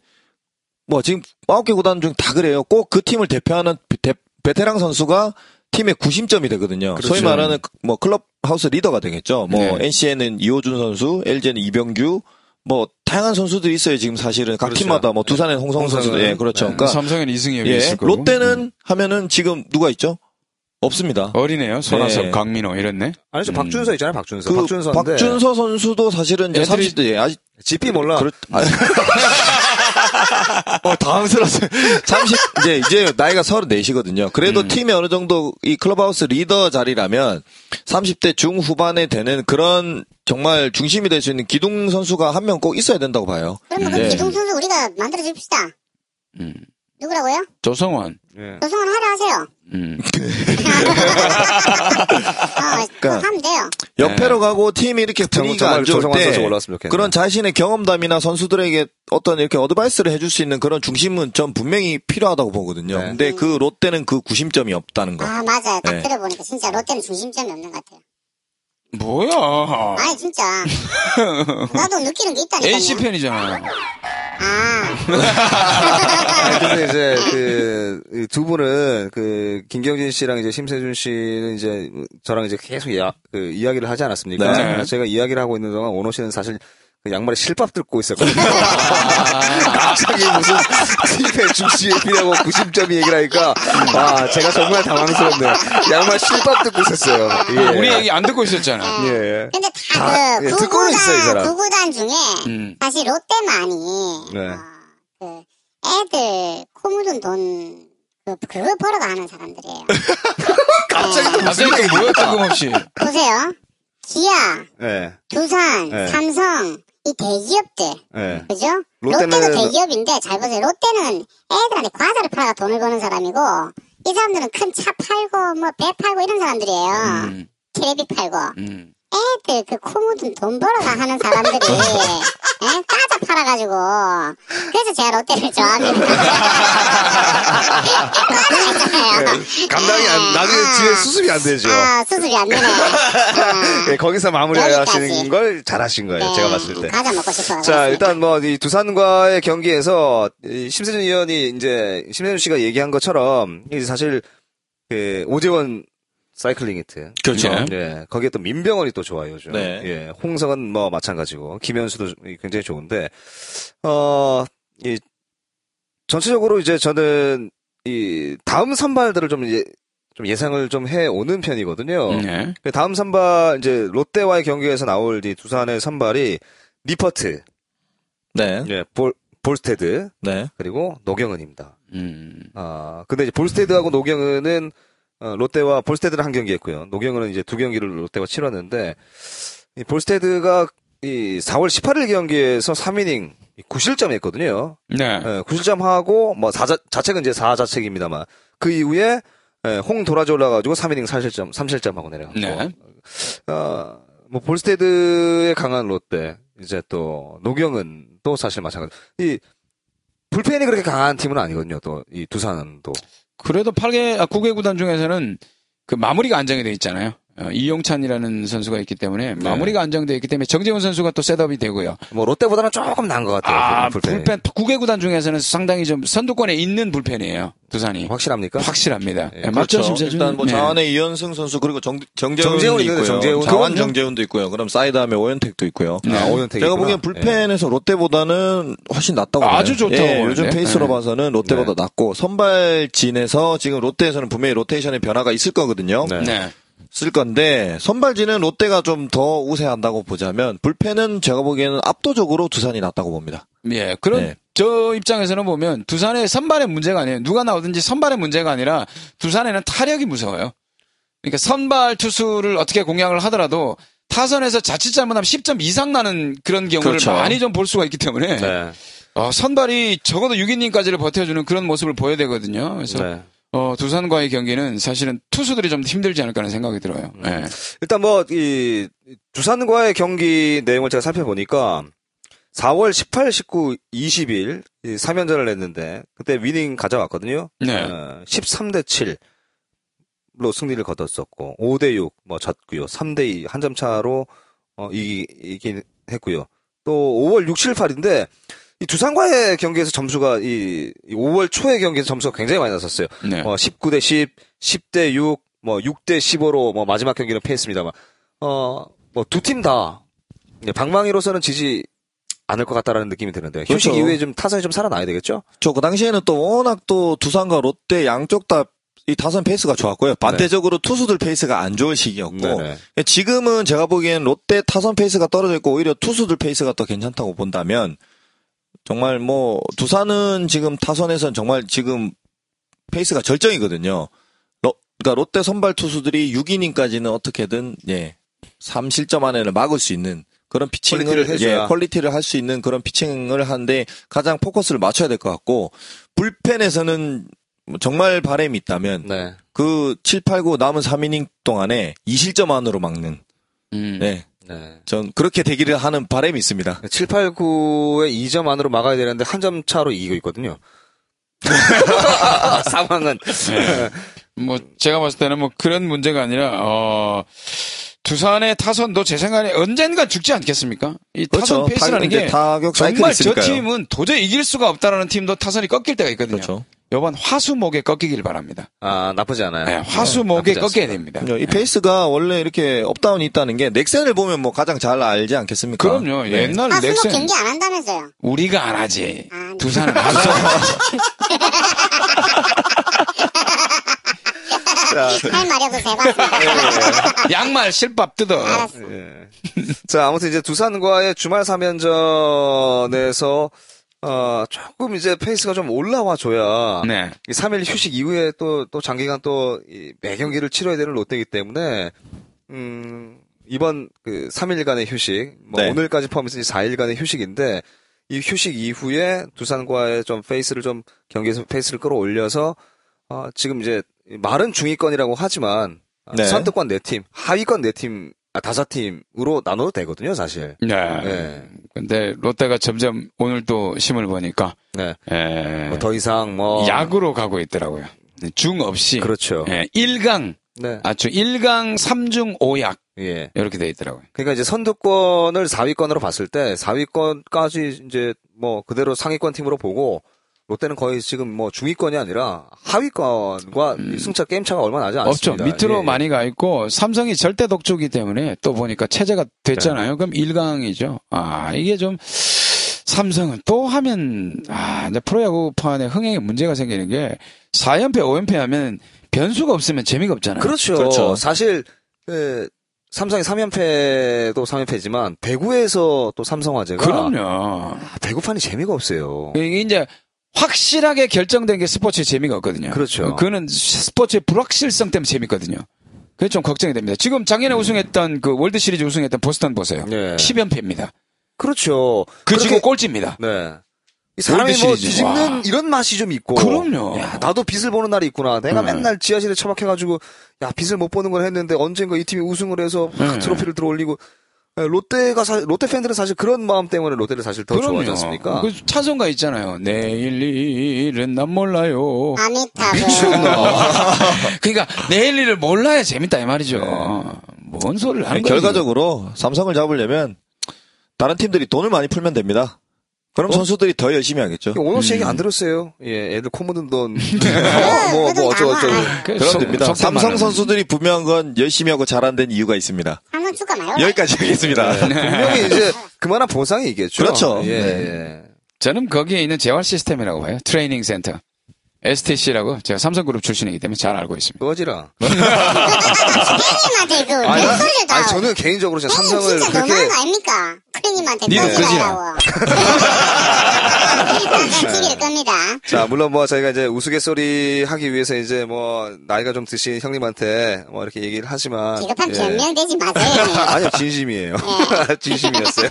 Speaker 4: 뭐, 지금 아홉 개 구단 중 다 그래요. 꼭 그 팀을 대표하는 베, 테랑 선수가 팀의 구심점이 되거든요. 소위 말하는, 그- 뭐, 클럽하우스 리더가 되겠죠. 뭐,
Speaker 3: 네.
Speaker 4: NC에는 이호준 선수, LG에는 이병규, 뭐, 다양한 선수들이 있어요, 지금 사실은. 각
Speaker 1: 그렇죠.
Speaker 4: 팀마다, 뭐, 두산에는 홍성훈 선수도,
Speaker 1: 홍성은,
Speaker 4: 예, 그렇죠.
Speaker 1: 네.
Speaker 4: 그러니까,
Speaker 3: 삼성에는 이승엽이
Speaker 4: 예,
Speaker 3: 있을 거고
Speaker 4: 롯데는 하면은 지금 누가 있죠? 없습니다.
Speaker 3: 어리네요. 손아섭,
Speaker 4: 네.
Speaker 3: 강민호 이랬네.
Speaker 1: 아니죠.
Speaker 3: 음.
Speaker 1: 박준서 있잖아요. 박준서.
Speaker 4: 그
Speaker 1: 박준서인데
Speaker 4: 박준서 선수도 사실은 이제
Speaker 3: 애들이-
Speaker 4: 30대 예, 아직
Speaker 1: GP 몰라.
Speaker 4: 그렇- 어, *laughs* 당황스러웠어요. 잠시, 이제, 이제 나이가 34시거든요. 그래도
Speaker 1: 음.
Speaker 4: 팀이 어느 정도 이 클럽하우스 리더 자리라면 30대 중후반에 되는 그런 정말 중심이 될 수 있는 기둥 선수가 한 명 꼭 있어야 된다고 봐요.
Speaker 2: 그러면
Speaker 4: 네.
Speaker 2: 그럼 기둥 선수 우리가 만들어 줍시다.
Speaker 3: 예. 음.
Speaker 2: 누구라고요?
Speaker 3: 조성원.
Speaker 1: 예.
Speaker 2: 조성원 하라 하세요.
Speaker 3: 음.
Speaker 1: *laughs* 그러니까.
Speaker 2: 어, 그 하면 돼요.
Speaker 4: 옆에로 가고 팀이 이렇게
Speaker 1: 네. 정-
Speaker 4: 분위기가
Speaker 1: 정말
Speaker 4: 안 좋을
Speaker 1: 조성환 선수
Speaker 4: 때
Speaker 1: 올라왔으면 좋겠네요.
Speaker 4: 그런 자신의 경험담이나 선수들에게 어떤 이렇게 어드바이스를 해줄 수 있는 그런 중심은 전 분명히 필요하다고 보거든요.
Speaker 1: 네.
Speaker 4: 근데 그 롯데는 그 구심점이 없다는 거.
Speaker 2: 아 맞아요. 딱
Speaker 4: 네.
Speaker 2: 들어보니까 진짜 롯데는 중심점이 없는 것 같아요.
Speaker 3: 뭐야.
Speaker 1: *laughs*
Speaker 2: 아니 진짜 나도 느끼는 게 있다니까요.
Speaker 3: NC 팬이잖아.
Speaker 1: *laughs*
Speaker 2: 아
Speaker 1: 아, 근데 이제 그두 분은 그 김경진 씨랑 이제 심세준 씨는 이제 저랑 이제 계속 이야, 그 이야기를 하지 않았습니까?
Speaker 4: 네.
Speaker 1: 그래서 제가 이야기를 하고 있는 동안 원호 씨는 사실 그 양말에 실밥 뜯고
Speaker 3: *laughs*
Speaker 1: 있었거든요. 아.
Speaker 4: *laughs*
Speaker 1: 갑자기 무슨 팀의 중시 예비라고 90점 얘기를 하니까 아 제가 정말 당황스럽네요. 양말 실밥 뜯고 있었어요. 예.
Speaker 3: 우리 얘기 안 듣고 있었잖아.
Speaker 1: 예, 예.
Speaker 2: 근데
Speaker 1: 다,
Speaker 2: 다
Speaker 1: 예,
Speaker 2: 그
Speaker 1: 듣고는 있어요, 이
Speaker 2: 구구단
Speaker 1: 사람.
Speaker 2: 구구단 중에
Speaker 3: 음.
Speaker 2: 사실 롯데만이
Speaker 1: 네.
Speaker 2: 어, 그 애들 코 묻은 돈 그, 그거 벌어가 하는 사람들이에요.
Speaker 1: *laughs* 갑자기 또 무슨
Speaker 3: 갑자기 또 아, 그러니까 뭐야,
Speaker 1: 얘기입니까?
Speaker 3: 뜬금없이.
Speaker 2: 보세요. 기아,
Speaker 1: 예,
Speaker 2: 두산,
Speaker 1: 네.
Speaker 2: 삼성 이 대기업들
Speaker 1: 예.
Speaker 2: 그죠?
Speaker 1: 롯데는-
Speaker 2: 롯데는... 대기업인데 잘 보세요. 롯데는 애들한테 과자를 팔아 돈을 버는 사람이고 이 사람들은 큰 차 팔고 뭐 배 팔고 이런 사람들이에요.
Speaker 3: 음.
Speaker 2: 테레비 팔고
Speaker 3: 음.
Speaker 2: 애들 그 코 묻은 돈 벌어가 하는
Speaker 1: *laughs*
Speaker 2: 사람들이 예? 과자 팔아가지고 그래서 제가 롯데를 좋아합니다. 과자 있잖아요.
Speaker 1: 예, 감당이 안, 나중에
Speaker 2: 아,
Speaker 1: 뒤에 수습이 안 되죠.
Speaker 2: 아 수술이
Speaker 1: *laughs*
Speaker 2: 안 되네. 아,
Speaker 1: 예, 거기서 마무리하시는
Speaker 2: 여기까지. 네. 아,
Speaker 1: 걸 잘하신 거예요. 제가 봤을 때.
Speaker 2: 과자 먹고 싶어요.
Speaker 1: 자, 일단 뭐, 이 두산과의 경기에서, 이 심세준 의원이 이제, 심세준 씨가 얘기한 것처럼, 이제 사실, 그, 오재원 사이클링 히트.
Speaker 4: 그렇죠.
Speaker 1: 네. 예, 거기에 또 민병헌이 또 좋아요, 요즘.
Speaker 4: 네.
Speaker 1: 예, 홍성은 뭐, 마찬가지고, 김현수도 굉장히 좋은데, 어, 이, 전체적으로 이제 저는, 이, 다음 선발들을 좀, 예, 좀 예상을 좀 해오는 편이거든요.
Speaker 3: 네.
Speaker 1: 그 다음 선발 이제 롯데와의 경기에서 나올 이 두산의 선발이 리퍼트,
Speaker 4: 네.
Speaker 1: 예, 볼 볼스테드
Speaker 4: 네.
Speaker 1: 그리고 노경은입니다.
Speaker 3: 음.
Speaker 1: 아 근데 이제 볼스테드하고 노경은은 어, 롯데와 볼스테드는 한 경기 했고요. 노경은은 이제 두 경기를 롯데와 치렀는데 이 볼스테드가 이 4월 18일 경기에서 3이닝 9실점 했거든요.
Speaker 3: 네.
Speaker 1: 예, 9실점 하고 뭐 4자, 자책은 이제 4자책입니다만 그 이후에 예, 홍 돌아져 올라가지고 3이닝 4실점 3실점 하고 내려갔고
Speaker 3: 네.
Speaker 1: 아, 뭐 볼스테드의 강한 롯데 이제 또 노경은 또 사실 마찬가지. 이 불펜이 그렇게 강한 팀은 아니거든요. 또 이 두산도
Speaker 3: 그래도 8개, 아, 9개 구단 중에서는 그 마무리가 안정이 돼 있잖아요. 어, 이용찬이라는 선수가 있기
Speaker 1: 네.
Speaker 3: 때문에 마무리가 안정돼 있기 때문에 정재훈 선수가 또 셋업이 되고요.
Speaker 1: 뭐 롯데보다는 조금 나은 것 같아요.
Speaker 3: 아,
Speaker 1: 불펜.
Speaker 3: 불펜, 9개 구단 중에서는 상당히 좀 선두권에 있는 불펜이에요. 두산이.
Speaker 1: 확실합니까?
Speaker 3: 확실합니다.
Speaker 1: 예,
Speaker 3: 예, 맞죠, 심세준?
Speaker 4: 일단 뭐
Speaker 3: 네.
Speaker 4: 자완의 이현승 선수 그리고 정, 정재훈이
Speaker 1: 정재훈이
Speaker 4: 있고요.
Speaker 1: 있는데 정재훈.
Speaker 4: 자완
Speaker 1: 그럼요.
Speaker 4: 정재훈도 있고요. 그럼 사이드함에 오현택도 있고요. 네.
Speaker 1: 아, 오현택이
Speaker 4: 제가
Speaker 1: 있구나.
Speaker 4: 보기엔 불펜에서 롯데보다는 훨씬 낫다고 봐요.
Speaker 3: 아주 좋다고
Speaker 4: 예,
Speaker 3: 보는데.
Speaker 4: 요즘 페이스로
Speaker 3: 네.
Speaker 4: 봐서는 롯데보다 낫고 선발진에서 지금 롯데에서는 분명히 로테이션의 변화가 있을 거거든요.
Speaker 1: 네.
Speaker 3: 네.
Speaker 4: 쓸 건데 선발진은 롯데가 좀 더 우세한다고 보자면 불펜은 제가 보기에는 압도적으로 두산이 낫다고 봅니다.
Speaker 3: 예, 그런
Speaker 4: 네.
Speaker 3: 저 입장에서는 보면 두산의 선발의 문제가 아니에요. 누가 나오든지 선발의 문제가 아니라 두산에는 타력이 무서워요. 그러니까 선발 투수를 어떻게 공략을 하더라도 타선에서 자칫 잘못하면 10점 이상 나는 그런 경우를
Speaker 4: 그렇죠.
Speaker 3: 많이 좀 볼 수가 있기 때문에
Speaker 1: 네.
Speaker 3: 어, 선발이 적어도 6이닝까지를 버텨주는 그런 모습을 보여야 되거든요. 그래서
Speaker 1: 네.
Speaker 3: 어, 두산과의 경기는 사실은 투수들이 좀 힘들지 않을까 하는 생각이 들어요.
Speaker 4: 네.
Speaker 3: 예.
Speaker 1: 일단 뭐 이 두산과의 경기 내용을 제가 살펴보니까 4월 18, 19, 20일 3연전을 했는데 그때 위닝 가져왔거든요.
Speaker 3: 네.
Speaker 1: 어, 13대 7로 승리를 거뒀었고 5대 6뭐 졌고요. 3대 2 한 점 차로 어, 이기, 이긴 했고요. 또 5월 6, 7, 8인데 이 두산과의 경기에서 점수가 이 5월 초의 경기에서 점수가 굉장히 많이 났었어요.
Speaker 3: 네.
Speaker 1: 어, 19대 10, 10대 6, 뭐 6대 15로 뭐 마지막 경기는 패했습니다만 어, 뭐 두 팀 다 방망이로서는 지지 않을 것 같다라는 느낌이 드는데 휴식
Speaker 4: 그렇죠.
Speaker 1: 이후에 좀 타선이 좀 살아나야 되겠죠?
Speaker 4: 저 그 당시에는 또 워낙 또 두산과 롯데 양쪽 다 이 다선 페이스가 좋았고요. 반대적으로 투수들 페이스가 안 좋을 시기였고
Speaker 1: 네. 네네.
Speaker 4: 지금은 제가 보기엔 롯데 타선 페이스가 떨어져 있고 오히려 투수들 페이스가 더 괜찮다고 본다면 정말 뭐 두산은 지금 타선에선 정말 지금 페이스가 절정이거든요. 러- 그러니까 롯데 선발 투수들이 6이닝까지는 어떻게든 예. 3실점 안에는 막을 수 있는 그런 피칭을
Speaker 1: 퀄리티를 해줘야.
Speaker 4: 예, 퀄리티를 할 수 있는 그런 피칭을 하는데 가장 포커스를 맞춰야 될 것 같고 불펜에서는 뭐 정말 바람이 있다면
Speaker 1: 네.
Speaker 4: 그 7, 8, 9 남은 3이닝 동안에 2실점 안으로 막는
Speaker 3: 음.
Speaker 4: 네.
Speaker 1: 네.
Speaker 4: 전 그렇게 되기를 하는 바람이 있습니다.
Speaker 1: 7, 8, 9에 2점 안으로 막아야 되는데 한 점 차로 이기고
Speaker 3: *laughs*
Speaker 1: 있거든요. 상황은
Speaker 3: 뭐 제가 봤을 때는 뭐 그런 문제가 아니라 어 두산의 타선도 제 생각에 언젠가 죽지 않겠습니까? 이 타선
Speaker 4: 그렇죠.
Speaker 3: 페이스라는
Speaker 4: 타- 이제
Speaker 3: 게
Speaker 4: 타격 사이클이
Speaker 3: 정말 저
Speaker 4: 있으니까요.
Speaker 3: 팀은 도저히 이길 수가 없다라는 팀도 타선이 꺾일 때가 있거든요.
Speaker 4: 그렇죠.
Speaker 3: 이번 화수목에 꺾이길 바랍니다.
Speaker 1: 아 나쁘지 않아요.
Speaker 3: 네, 화수목에
Speaker 4: 그렇죠.
Speaker 1: 나쁘지
Speaker 3: 꺾여야
Speaker 1: 않습니다.
Speaker 3: 됩니다.
Speaker 4: 이 페이스가 원래 이렇게 업다운이 있다는 게 넥센을 보면 뭐 가장 잘 알지 않겠습니까?
Speaker 3: 그럼요.
Speaker 4: 네.
Speaker 3: 옛날
Speaker 2: 아, 수목
Speaker 3: 넥센
Speaker 2: 경기 안 한다면서요.
Speaker 3: 우리가 안 하지.
Speaker 2: 아, 네. *laughs*
Speaker 3: 두산은 하죠.
Speaker 2: 할 말이 없어서 해봤습니다.
Speaker 3: 양말 실밥 뜯어.
Speaker 2: 알았어.
Speaker 1: 예. 자, 아무튼 이제 두산과의 주말 3연전에서 어, 조금 이제 페이스가 좀 올라와 줘야
Speaker 3: 네.
Speaker 1: 3일 휴식 이후에 또 또 장기간 또매 경기를 치러야 되는 롯데이기 때문에 음, 이번 그 3일간의 휴식, 뭐
Speaker 4: 네.
Speaker 1: 오늘까지 포함해서 4일간의 휴식인데 이 휴식 이후에 두산과의 좀 페이스를 좀 경기에서 페이스를 끌어올려서 어, 지금 이제 말은 중위권이라고 하지만 아,
Speaker 4: 네.
Speaker 1: 선두권 네 팀, 하위권 네 팀, 아, 다섯 팀으로 나눠도 되거든요, 사실.
Speaker 4: 음.
Speaker 3: 네.
Speaker 1: 네.
Speaker 3: 근데 롯데가 점점 오늘 또 심을 보니까
Speaker 1: 네.
Speaker 3: 예,
Speaker 1: 뭐더 이상 뭐
Speaker 3: 약으로 가고 있더라고요. 네, 중 없이
Speaker 1: 그렇죠.
Speaker 3: 예, 1강
Speaker 1: 네.
Speaker 3: 아주 1강 3중 5약
Speaker 1: 예.
Speaker 3: 이렇게 돼 있더라고요.
Speaker 1: 그러니까 이제 선두권을 4위권으로 봤을 때 4위권까지 이제 뭐 그대로 상위권 팀으로 보고 롯데는 거의 지금 뭐 중위권이 아니라 하위권과 이 승차 게임 차가 얼마 나지 않습니다.
Speaker 3: 음. 없죠.
Speaker 1: 예,
Speaker 3: 밑으로
Speaker 1: 예.
Speaker 3: 많이 가 있고 삼성이 절대 독주기 때문에 또 보니까 체제가
Speaker 1: 네.
Speaker 3: 됐잖아요. 그럼 1강이죠. 아 이게 좀 삼성은 또 하면 아 이제 프로야구판에 흥행에 문제가 생기는 게 4연패 5연패 하면 변수가 없으면 재미가 없잖아요.
Speaker 1: 그렇죠.
Speaker 4: 그렇죠.
Speaker 1: 사실 그 삼성이 3연패도 3연패지만 배구에서 또 삼성화재가
Speaker 3: 그럼요. 예.
Speaker 1: 아, 배구판이 재미가 없어요.
Speaker 3: 이게 이제 확실하게 결정된 게 스포츠의 재미가 없거든요.
Speaker 1: 그렇죠.
Speaker 3: 그거는 스포츠의 불확실성 때문에 재밌거든요. 그게 좀 걱정이 됩니다. 지금 작년에 우승했던 그 월드 시리즈 우승했던 보스턴 보세요.
Speaker 1: 예.
Speaker 3: 10연패입니다.
Speaker 1: 그렇죠.
Speaker 3: 그 지금
Speaker 1: 그렇게-
Speaker 3: 꼴찌입니다.
Speaker 1: 네. 이 사람이 뭐
Speaker 3: 시리즈.
Speaker 1: 뒤집는
Speaker 3: 와.
Speaker 1: 이런 맛이 좀 있고.
Speaker 3: 그럼요.
Speaker 1: 야, 나도 빚을 보는 날이 있구나. 내가
Speaker 3: 네.
Speaker 1: 맨날 지하실에 처박혀가지고, 야, 빚을 못 보는 걸 했는데 언젠가 이 팀이 우승을 해서 확
Speaker 3: 네.
Speaker 1: 트로피를 들어 올리고. 예, 롯데가 사, 롯데 팬들은 사실 그런 마음 때문에 롯데를 사실 더 좋아하지 않습니까?
Speaker 3: 그 차선가 있잖아요. 내일 일은 난 몰라요.
Speaker 2: 아,
Speaker 1: 뭐,
Speaker 3: 어.
Speaker 2: 아미타브.
Speaker 3: *laughs* 그러니까 내일 일을 몰라야 재밌다 이 말이죠. 뭔 소리를 하는
Speaker 4: 아니,
Speaker 3: 거예요.
Speaker 4: 결과적으로 삼성을 잡으려면 다른 팀들이 돈을 많이 풀면 됩니다.
Speaker 3: 어?
Speaker 4: 그럼 선수들이 더 열심히 하겠죠.
Speaker 1: 오너 씨 얘기
Speaker 3: 음.
Speaker 1: 안 들었어요. 예, 애들 코 묻은
Speaker 3: *laughs*
Speaker 1: 돈.
Speaker 2: 네,
Speaker 1: 뭐, 뭐, 뭐 어쩌고저쩌고.
Speaker 2: 아,
Speaker 4: 그럼 됩니다. 삼성 선수들이 분명한 건 열심히 하고 잘한 데는 이유가 있습니다.
Speaker 2: 한번 축가 말고.
Speaker 4: 여기까지 하겠습니다.
Speaker 3: 네.
Speaker 1: 분명히 이제 그만한 보상이겠죠.
Speaker 4: 그렇죠.
Speaker 1: 예,
Speaker 4: 네.
Speaker 1: 예.
Speaker 3: 저는 거기에 있는 재활 시스템이라고 봐요. 트레이닝 센터. STC라고 제가 삼성그룹 출신이기 때문에 잘 알고 있습니다.
Speaker 1: 꺼지라.
Speaker 2: 네, 크레님한테 그
Speaker 1: 나
Speaker 2: 내 소리를 다.
Speaker 1: 아니, 저는 개인적으로 진짜
Speaker 2: 님
Speaker 1: 삼성을
Speaker 2: 진짜
Speaker 1: 그렇게.
Speaker 2: 너무한 거 아닙니까? 크레님한테
Speaker 3: 니도
Speaker 2: 꺼지라고.
Speaker 1: *laughs* 네.
Speaker 2: 지길 겁니다.
Speaker 1: 자, 물론 뭐 저희가 이제 우스갯소리 하기 위해서 이제 뭐 나이가 좀 드신 형님한테 뭐 이렇게 얘기를 하지만
Speaker 2: 기급한 네.
Speaker 1: 예.
Speaker 2: 변명되지 마세요.
Speaker 1: 아니요, 진심이에요. *laughs* 진심이었어요.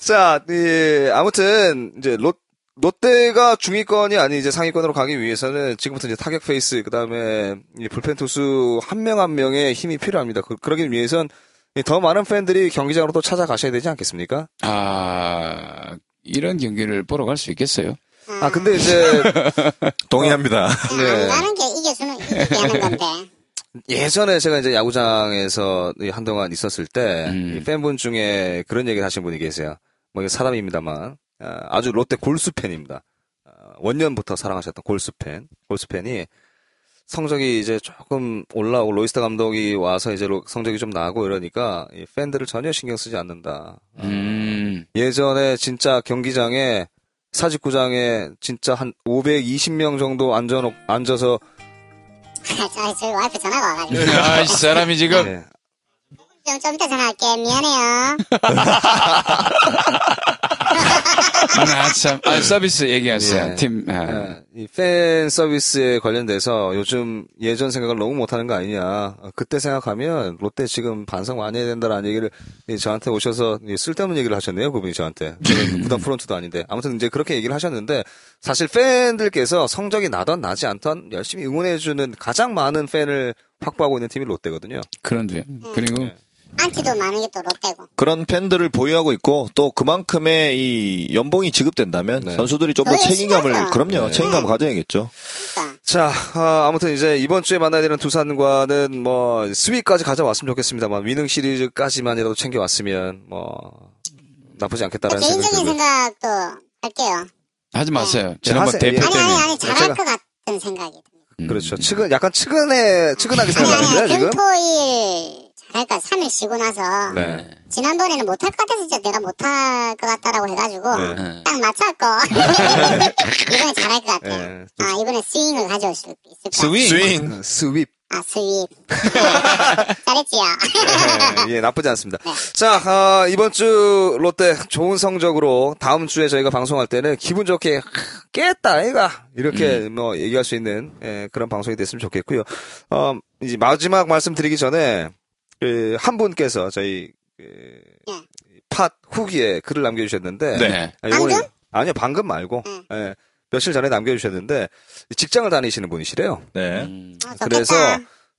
Speaker 1: 자, 이, 아무튼 이제 롯 롯데가 중위권이 아닌 이제 상위권으로 가기 위해서는 지금부터 이제 타격 페이스 그다음에 이 불펜 투수 한 명 한 명의 힘이 필요합니다. 그, 그러기 위해선 이더 많은 팬들이 경기장으로 또 찾아가셔야 되지 않겠습니까?
Speaker 3: 아, 이런 경기를 보러 갈 수 있겠어요?
Speaker 1: 아 근데 이제
Speaker 4: *laughs* 동의합니다.
Speaker 1: 네.
Speaker 2: 안 가는 게 이겨주는, 이기게 하는 건데.
Speaker 1: 예전에 제가 이제 야구장에서 이 한동안 있었을 때
Speaker 3: 음.
Speaker 1: 이 팬분 중에 그런 얘기를 하신 분이 계세요. 뭐 이거 사람입니다만 아, 아주 롯데 골수 팬입니다. 아, 원년부터 사랑하셨던 골수 팬, 골수 팬이 성적이 이제 조금 올라오고 로이스터 감독이 와서 이제 로- 성적이 좀 나고 이러니까 이 팬들을 전혀 신경 쓰지 않는다.
Speaker 3: 음,
Speaker 1: 예전에 진짜 경기장에 사직구장에 진짜 한 520명 정도 앉아 앉아서
Speaker 2: 아, 저희 와이프 전화가 와가지고.
Speaker 3: 아, 이 사람이 지금
Speaker 1: 네.
Speaker 2: 좀, 좀 이따 전화할게. 미안해요.
Speaker 3: 아, 참.
Speaker 1: 네.
Speaker 3: 아, 서비스 얘기하세요.
Speaker 1: 예.
Speaker 3: 팀. 아.
Speaker 1: 예, 이팬 서비스에 관련돼서 요즘 예전 생각을 너무 못하는 거 아니냐. 어, 그때 생각하면 롯데 지금 반성 많이 해야 된다라는 얘기를 이 저한테 오셔서 이 쓸데없는 얘기를 하셨네요. 그분이 저한테. 저는 구단 프론트도 아닌데. 아무튼 이제 그렇게 얘기를 하셨는데 사실 팬들께서 성적이 나던 나지 않던 열심히 응원해주는 가장 많은 팬을 확보하고 있는 팀이 롯데거든요.
Speaker 3: 그런데 그리고
Speaker 1: 네.
Speaker 2: 안티도 많은 게 또 롯데고.
Speaker 4: 그런 팬들을 보유하고 있고 또 그만큼의 이 연봉이 지급된다면
Speaker 1: 네.
Speaker 4: 선수들이 좀 더
Speaker 2: 그래,
Speaker 4: 책임감을
Speaker 2: 신나죠.
Speaker 4: 그럼요
Speaker 3: 네.
Speaker 4: 책임감 을 가져야겠죠.
Speaker 2: 그러니까.
Speaker 1: 자, 아, 무튼 이제 이번 주에 만나야 되는 두산과는 뭐 수위까지 가져왔으면 좋겠습니다만 위닝 시리즈까지만이라도 챙겨왔으면 뭐 나쁘지 않겠다라는 생각이
Speaker 2: 어, 개인적인
Speaker 1: 들고요.
Speaker 2: 생각도 할게요.
Speaker 3: 하지 마세요. 지난번
Speaker 1: 하세요.
Speaker 3: 대표
Speaker 1: 예.
Speaker 2: 아니, 아니,
Speaker 3: 때문에.
Speaker 2: 아니, 잘할
Speaker 1: 제가-
Speaker 2: 것 같은 생각이 듭니다.
Speaker 1: 그렇죠. 측은 약간 측은해 측은하게
Speaker 2: 아니,
Speaker 1: 생각합니다
Speaker 2: 아니,
Speaker 1: 지금.
Speaker 2: 금토일 잘할 것 3일 쉬고 나서.
Speaker 1: 네.
Speaker 2: 지난번에는 못할 것 같아서 진짜 내가 못할 것 같다라고 해가지고.
Speaker 1: 네.
Speaker 2: 딱 맞췄고. *laughs* 이번에 잘할 것 같아요.
Speaker 1: 네, 좀-
Speaker 2: 아, 이번에 스윙을 가져올 수 있을 것
Speaker 3: 스윙.
Speaker 1: 어,
Speaker 4: 스윙
Speaker 1: 스윕.
Speaker 2: 아, *laughs* 스윗. 잘했지요.
Speaker 1: 예, 예, 나쁘지 않습니다.
Speaker 2: 네.
Speaker 1: 자, 아, 이번 주 롯데 좋은 성적으로 다음 주에 저희가 방송할 때는 기분 좋게 크, 깼다, 애가 이렇게
Speaker 2: 음.
Speaker 1: 뭐 얘기할 수 있는 예, 그런 방송이 됐으면 좋겠고요. 어, 이제 마지막 말씀드리기 전에 그, 한 분께서 저희 그,
Speaker 2: 네.
Speaker 1: 팟 후기에 글을 남겨주셨는데
Speaker 3: 네. 네.
Speaker 1: 아, 요거는-
Speaker 2: 방금?
Speaker 1: 아니요, 방금 말고
Speaker 2: 음.
Speaker 1: 예, 며칠 전에 남겨주셨는데 직장을 다니시는 분이시래요.
Speaker 4: 네
Speaker 3: 음.
Speaker 2: 어, 좋겠다.
Speaker 1: 그래서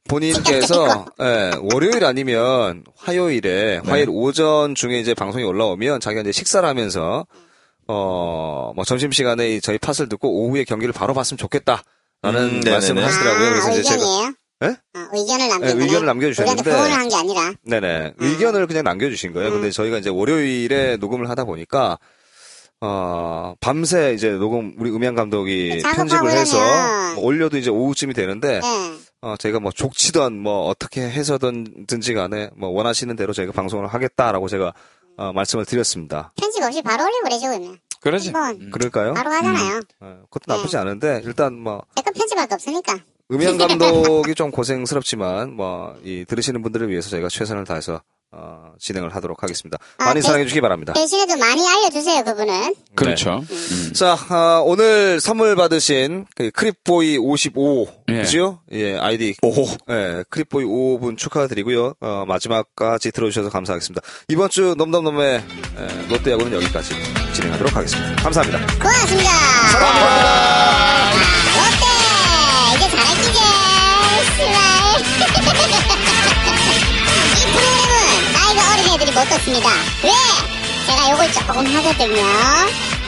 Speaker 1: 본인께서 예, 월요일 아니면 화요일에
Speaker 4: 네.
Speaker 1: 화요일 오전 중에 이제 방송이 올라오면 자기가 이제 식사를 하면서 어뭐 점심 시간에 저희 팟을 듣고 오후에 경기를 바로 봤으면 좋겠다라는
Speaker 4: 음, 네네네.
Speaker 1: 말씀을 하시더라고요.
Speaker 2: 아,
Speaker 1: 그래서 이제 제가
Speaker 2: 의견이에요?
Speaker 1: 예?
Speaker 2: 어, 의견을 남겨
Speaker 1: 예, 의견을 남겨주셨는데.
Speaker 2: 우리한테 후원을 한 게 아니라
Speaker 1: 네네 의견을 그냥 남겨주신 거예요. 근데 저희가 이제 월요일에 녹음을 하다 보니까 어 밤새 이제 녹음 우리 음향 감독이
Speaker 2: 작업하고
Speaker 1: 편집을 해서
Speaker 2: 그러면.
Speaker 1: 뭐 올려도 이제 오후쯤이 되는데
Speaker 2: 예.
Speaker 1: 어, 저희가 뭐 족치던 뭐 어떻게 해서든지 간에 뭐 원하시는 대로 저희가 방송을 하겠다라고 제가 어, 말씀을 드렸습니다.
Speaker 2: 편집 없이 바로 올려버리죠 그러면
Speaker 3: 그러지.
Speaker 1: 네.
Speaker 2: 한번
Speaker 1: 그럴까요?
Speaker 2: 바로 하잖아요 네.
Speaker 1: 어, 그것도 나쁘지 않은데 일단 뭐
Speaker 2: 약간 편집할 거 없으니까
Speaker 1: 음향
Speaker 2: 네.
Speaker 1: 감독이 좀 고생스럽지만 뭐 이 들으시는 분들을 위해서 저희가 최선을 다해서 어, 진행을 하도록 하겠습니다.
Speaker 2: 아,
Speaker 1: 많이
Speaker 2: 네.
Speaker 1: 사랑해 주시기 바랍니다.
Speaker 2: 대신에도 많이 알려주세요 그분은 음.
Speaker 3: 그렇죠.
Speaker 1: 자, 아, 오늘 선물 받으신 그 크립보이 55
Speaker 3: 예.
Speaker 1: 그죠? 예, 아이디
Speaker 4: 오호
Speaker 1: 예, 크립보이 5분 축하드리고요. 어, 마지막까지 들어주셔서 감사하겠습니다. 이번 주 넘넘넘의 에, 롯데 야구는 여기까지 진행하도록 하겠습니다. 감사합니다.
Speaker 2: 고맙습니다 어때 이제 잘할게 씨발 *laughs* 이 프로그램은 나이가 어린 애들이 못 듣습니다 왜? 제가 요걸 조금 하거든요